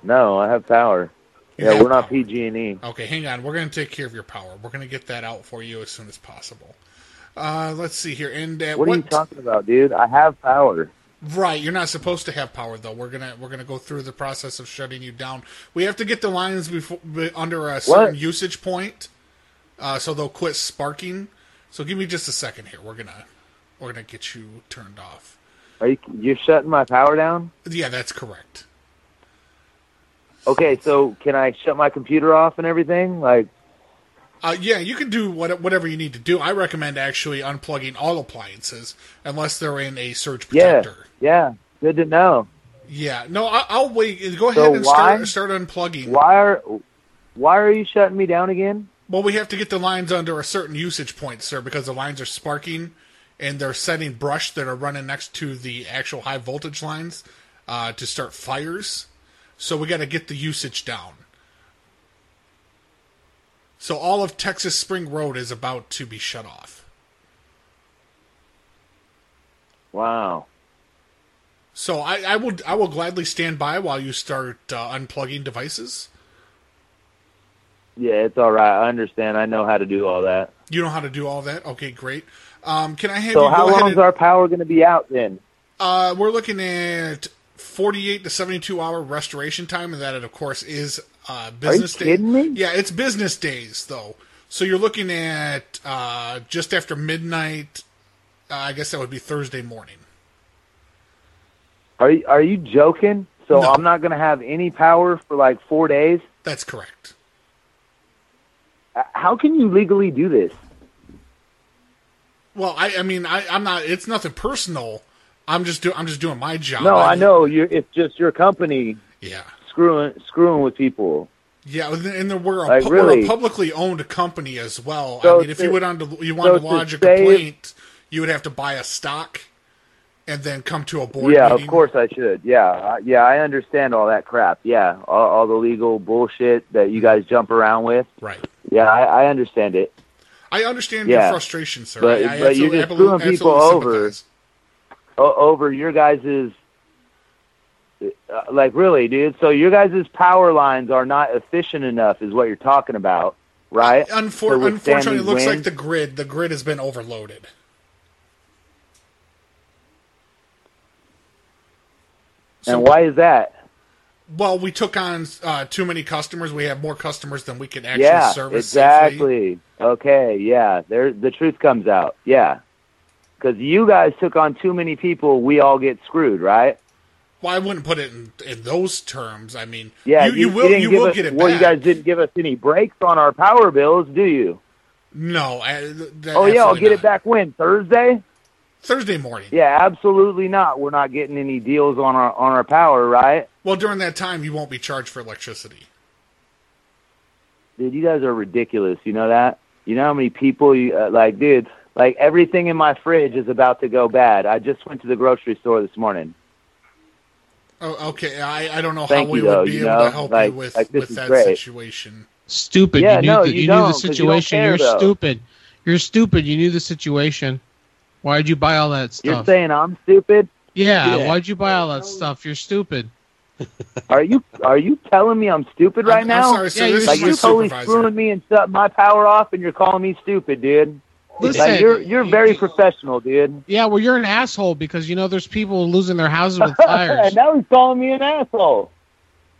S2: No, I have power.
S9: You
S2: Yeah,
S9: have
S2: we're not PG&E.
S9: Okay, hang on. We're going to take care of your power. We're going to get that out for you as soon as possible. Uh, let's see here. And at
S2: What are you talking about, dude? I have power.
S9: Right, you're not supposed to have power though. We're gonna we're gonna go through the process of shutting you down. We have to get the lines before under a certain usage point, uh, so they'll quit sparking. So give me just a second here. We're gonna we're gonna get you turned off.
S2: Are you you're shutting my power down?
S9: Yeah, that's correct.
S2: Okay, so can I shut my computer off and everything? Like,
S9: Uh, yeah, you can do what, whatever you need to do. I recommend actually unplugging all appliances unless they're in a surge
S2: yeah,
S9: protector.
S2: yeah, good to know.
S9: Yeah, no, I, I'll wait. Go ahead
S2: So
S9: and
S2: why-
S9: start, start unplugging.
S2: Why are why are you shutting me down again?
S9: Well, we have to get the lines under a certain usage point, sir, because the lines are sparking and they're setting brush that are running next to the actual high voltage lines uh, to start fires. So we got to get the usage down. So all of Texas Spring Road is about to be shut off.
S2: Wow.
S9: So I, I will I will gladly stand by while you start uh, unplugging devices.
S2: Yeah, it's all right. I understand. I know how to do all that.
S9: You know how to do all that. Okay, great. Um, can I have
S2: so
S9: you
S2: how
S9: go ahead and
S2: long is our power going to be out then?
S9: Uh, we're looking at 48 to 72 hour restoration time, and that, of course, is uh, business days.
S2: kidding me?
S9: Yeah, it's business days, though. So you're looking at uh, just after midnight. Uh, I guess that would be Thursday morning.
S2: Are you, are you joking? So I'm not going to have any power for like four days.
S9: That's correct.
S2: Uh, How can you legally do this?
S9: Well, I, I mean, I, I'm not. It's nothing personal. I'm just doing. I'm just doing my job.
S2: No, I know you. It's just your company.
S9: Yeah.
S2: Screwing screwing with people.
S9: Yeah, and then- and then we're a,
S2: Like,
S9: pu- we're
S2: really?
S9: a publicly owned company as well.
S2: So
S9: I mean, if you
S2: to-
S9: went on to you wanted
S2: so
S9: to
S2: to
S9: lodge a
S2: save-
S9: complaint, you would have to buy a stock, and then come to a board
S2: yeah,
S9: meeting.
S2: of course I should. Yeah, I, yeah, I understand all that crap. Yeah, all, all the legal bullshit that you guys jump around with.
S9: Right.
S2: Yeah, I, I understand it.
S9: I understand
S2: Yeah.
S9: your frustration, sir.
S2: But,
S9: I, I
S2: but you're
S9: absolutely-
S2: just
S9: absolutely-
S2: screwing people
S9: absolutely
S2: over
S9: sympathize.
S2: o- over your guys's uh, like really, dude. So your guys's power lines are not efficient enough, is what you're talking about, right?
S9: Unfor-
S2: To withstand
S9: unfortunately, it
S2: these
S9: looks like
S2: winds?
S9: the grid the grid has been overloaded.
S2: and why is that?
S9: Well, we took on uh, too many customers. We have more customers than we can actually
S2: Yeah,
S9: service.
S2: exactly.
S9: safely.
S2: Okay, yeah, there the truth comes out. Yeah, because you guys took on too many people, we all get screwed, right?
S9: Well, I wouldn't put it in, in those terms. I mean,
S2: Yeah,
S9: you, you, will
S2: didn't
S9: you
S2: give
S9: will
S2: us,
S9: get it
S2: Well,
S9: back.
S2: you guys didn't give us any breaks on our power bills, do you?
S9: No. I, that,
S2: oh yeah, I'll
S9: absolutely
S2: get
S9: not.
S2: it back when Thursday.
S9: Thursday morning.
S2: Yeah, absolutely not. We're not getting any deals on our on our power, right?
S9: Well, during that time, you won't be charged for electricity.
S2: Dude, you guys are ridiculous. You know that? You know how many people you uh, like, dude? Like everything in my fridge is about to go bad. I just went to the grocery store this morning.
S9: Oh, okay, I, I don't know
S2: Thank
S9: how we
S2: you, though,
S9: would be
S2: you
S9: able
S2: know?
S9: to help
S2: Like-
S9: you with,
S2: like, this
S9: with
S2: is
S9: that
S2: great.
S9: situation.
S13: <laughs> Stupid.
S2: Yeah,
S13: you knew
S2: no,
S13: the,
S2: you
S13: knew the
S2: don't, 'cause you don't
S13: situation.
S2: care,
S13: are
S2: though.
S13: stupid. You're stupid. You knew the situation. Why'd you buy all that
S2: You're
S13: stuff?
S2: saying I'm stupid?
S13: yeah,
S2: Yeah.
S13: why'd you buy all that stuff? You're stupid.
S2: <laughs> Are you are you telling me I'm stupid right
S13: I'm
S2: now?
S13: sorry, sir, this
S2: like
S13: is
S2: you're
S13: my
S2: totally
S13: supervisor.
S2: screwing me and shutting my power off, and you're calling me stupid, dude.
S13: Listen,
S2: like you're you're very professional, dude.
S13: Yeah, well, you're an asshole because you know there's people losing their houses with fires.
S2: <laughs> and now he's calling me an asshole.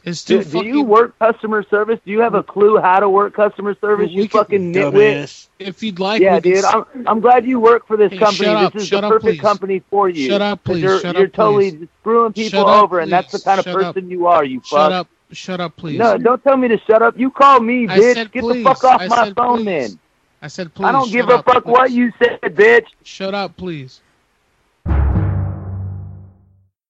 S13: It's
S2: do,
S13: too
S2: do you work customer service? Do you have a clue how to work customer service? You fucking nitwit.
S13: If you'd like,
S2: yeah,
S13: we can
S2: dude.
S13: s-
S2: I'm, I'm glad you work for this
S13: Hey,
S2: company.
S13: shut up,
S2: this is
S13: shut
S2: the
S13: up,
S2: perfect
S13: please.
S2: company for you.
S13: Shut up,
S2: 'Cause
S13: please,
S2: You're,
S13: shut
S2: you're
S13: up,
S2: totally
S13: please.
S2: screwing people
S13: Shut up,
S2: over, and that's the
S13: please,
S2: kind of
S13: shut up.
S2: person you are. You fuck.
S13: shut up, shut up, please.
S2: No, don't tell me to shut up. You call me,
S13: I
S2: bitch.
S13: said
S2: Get
S13: please.
S2: the fuck off
S13: I
S2: my
S13: said
S2: phone,
S13: please.
S2: then.
S13: I said please.
S2: I don't
S13: shut
S2: give
S13: up,
S2: a fuck
S13: please.
S2: what you said, bitch.
S13: Shut up, please.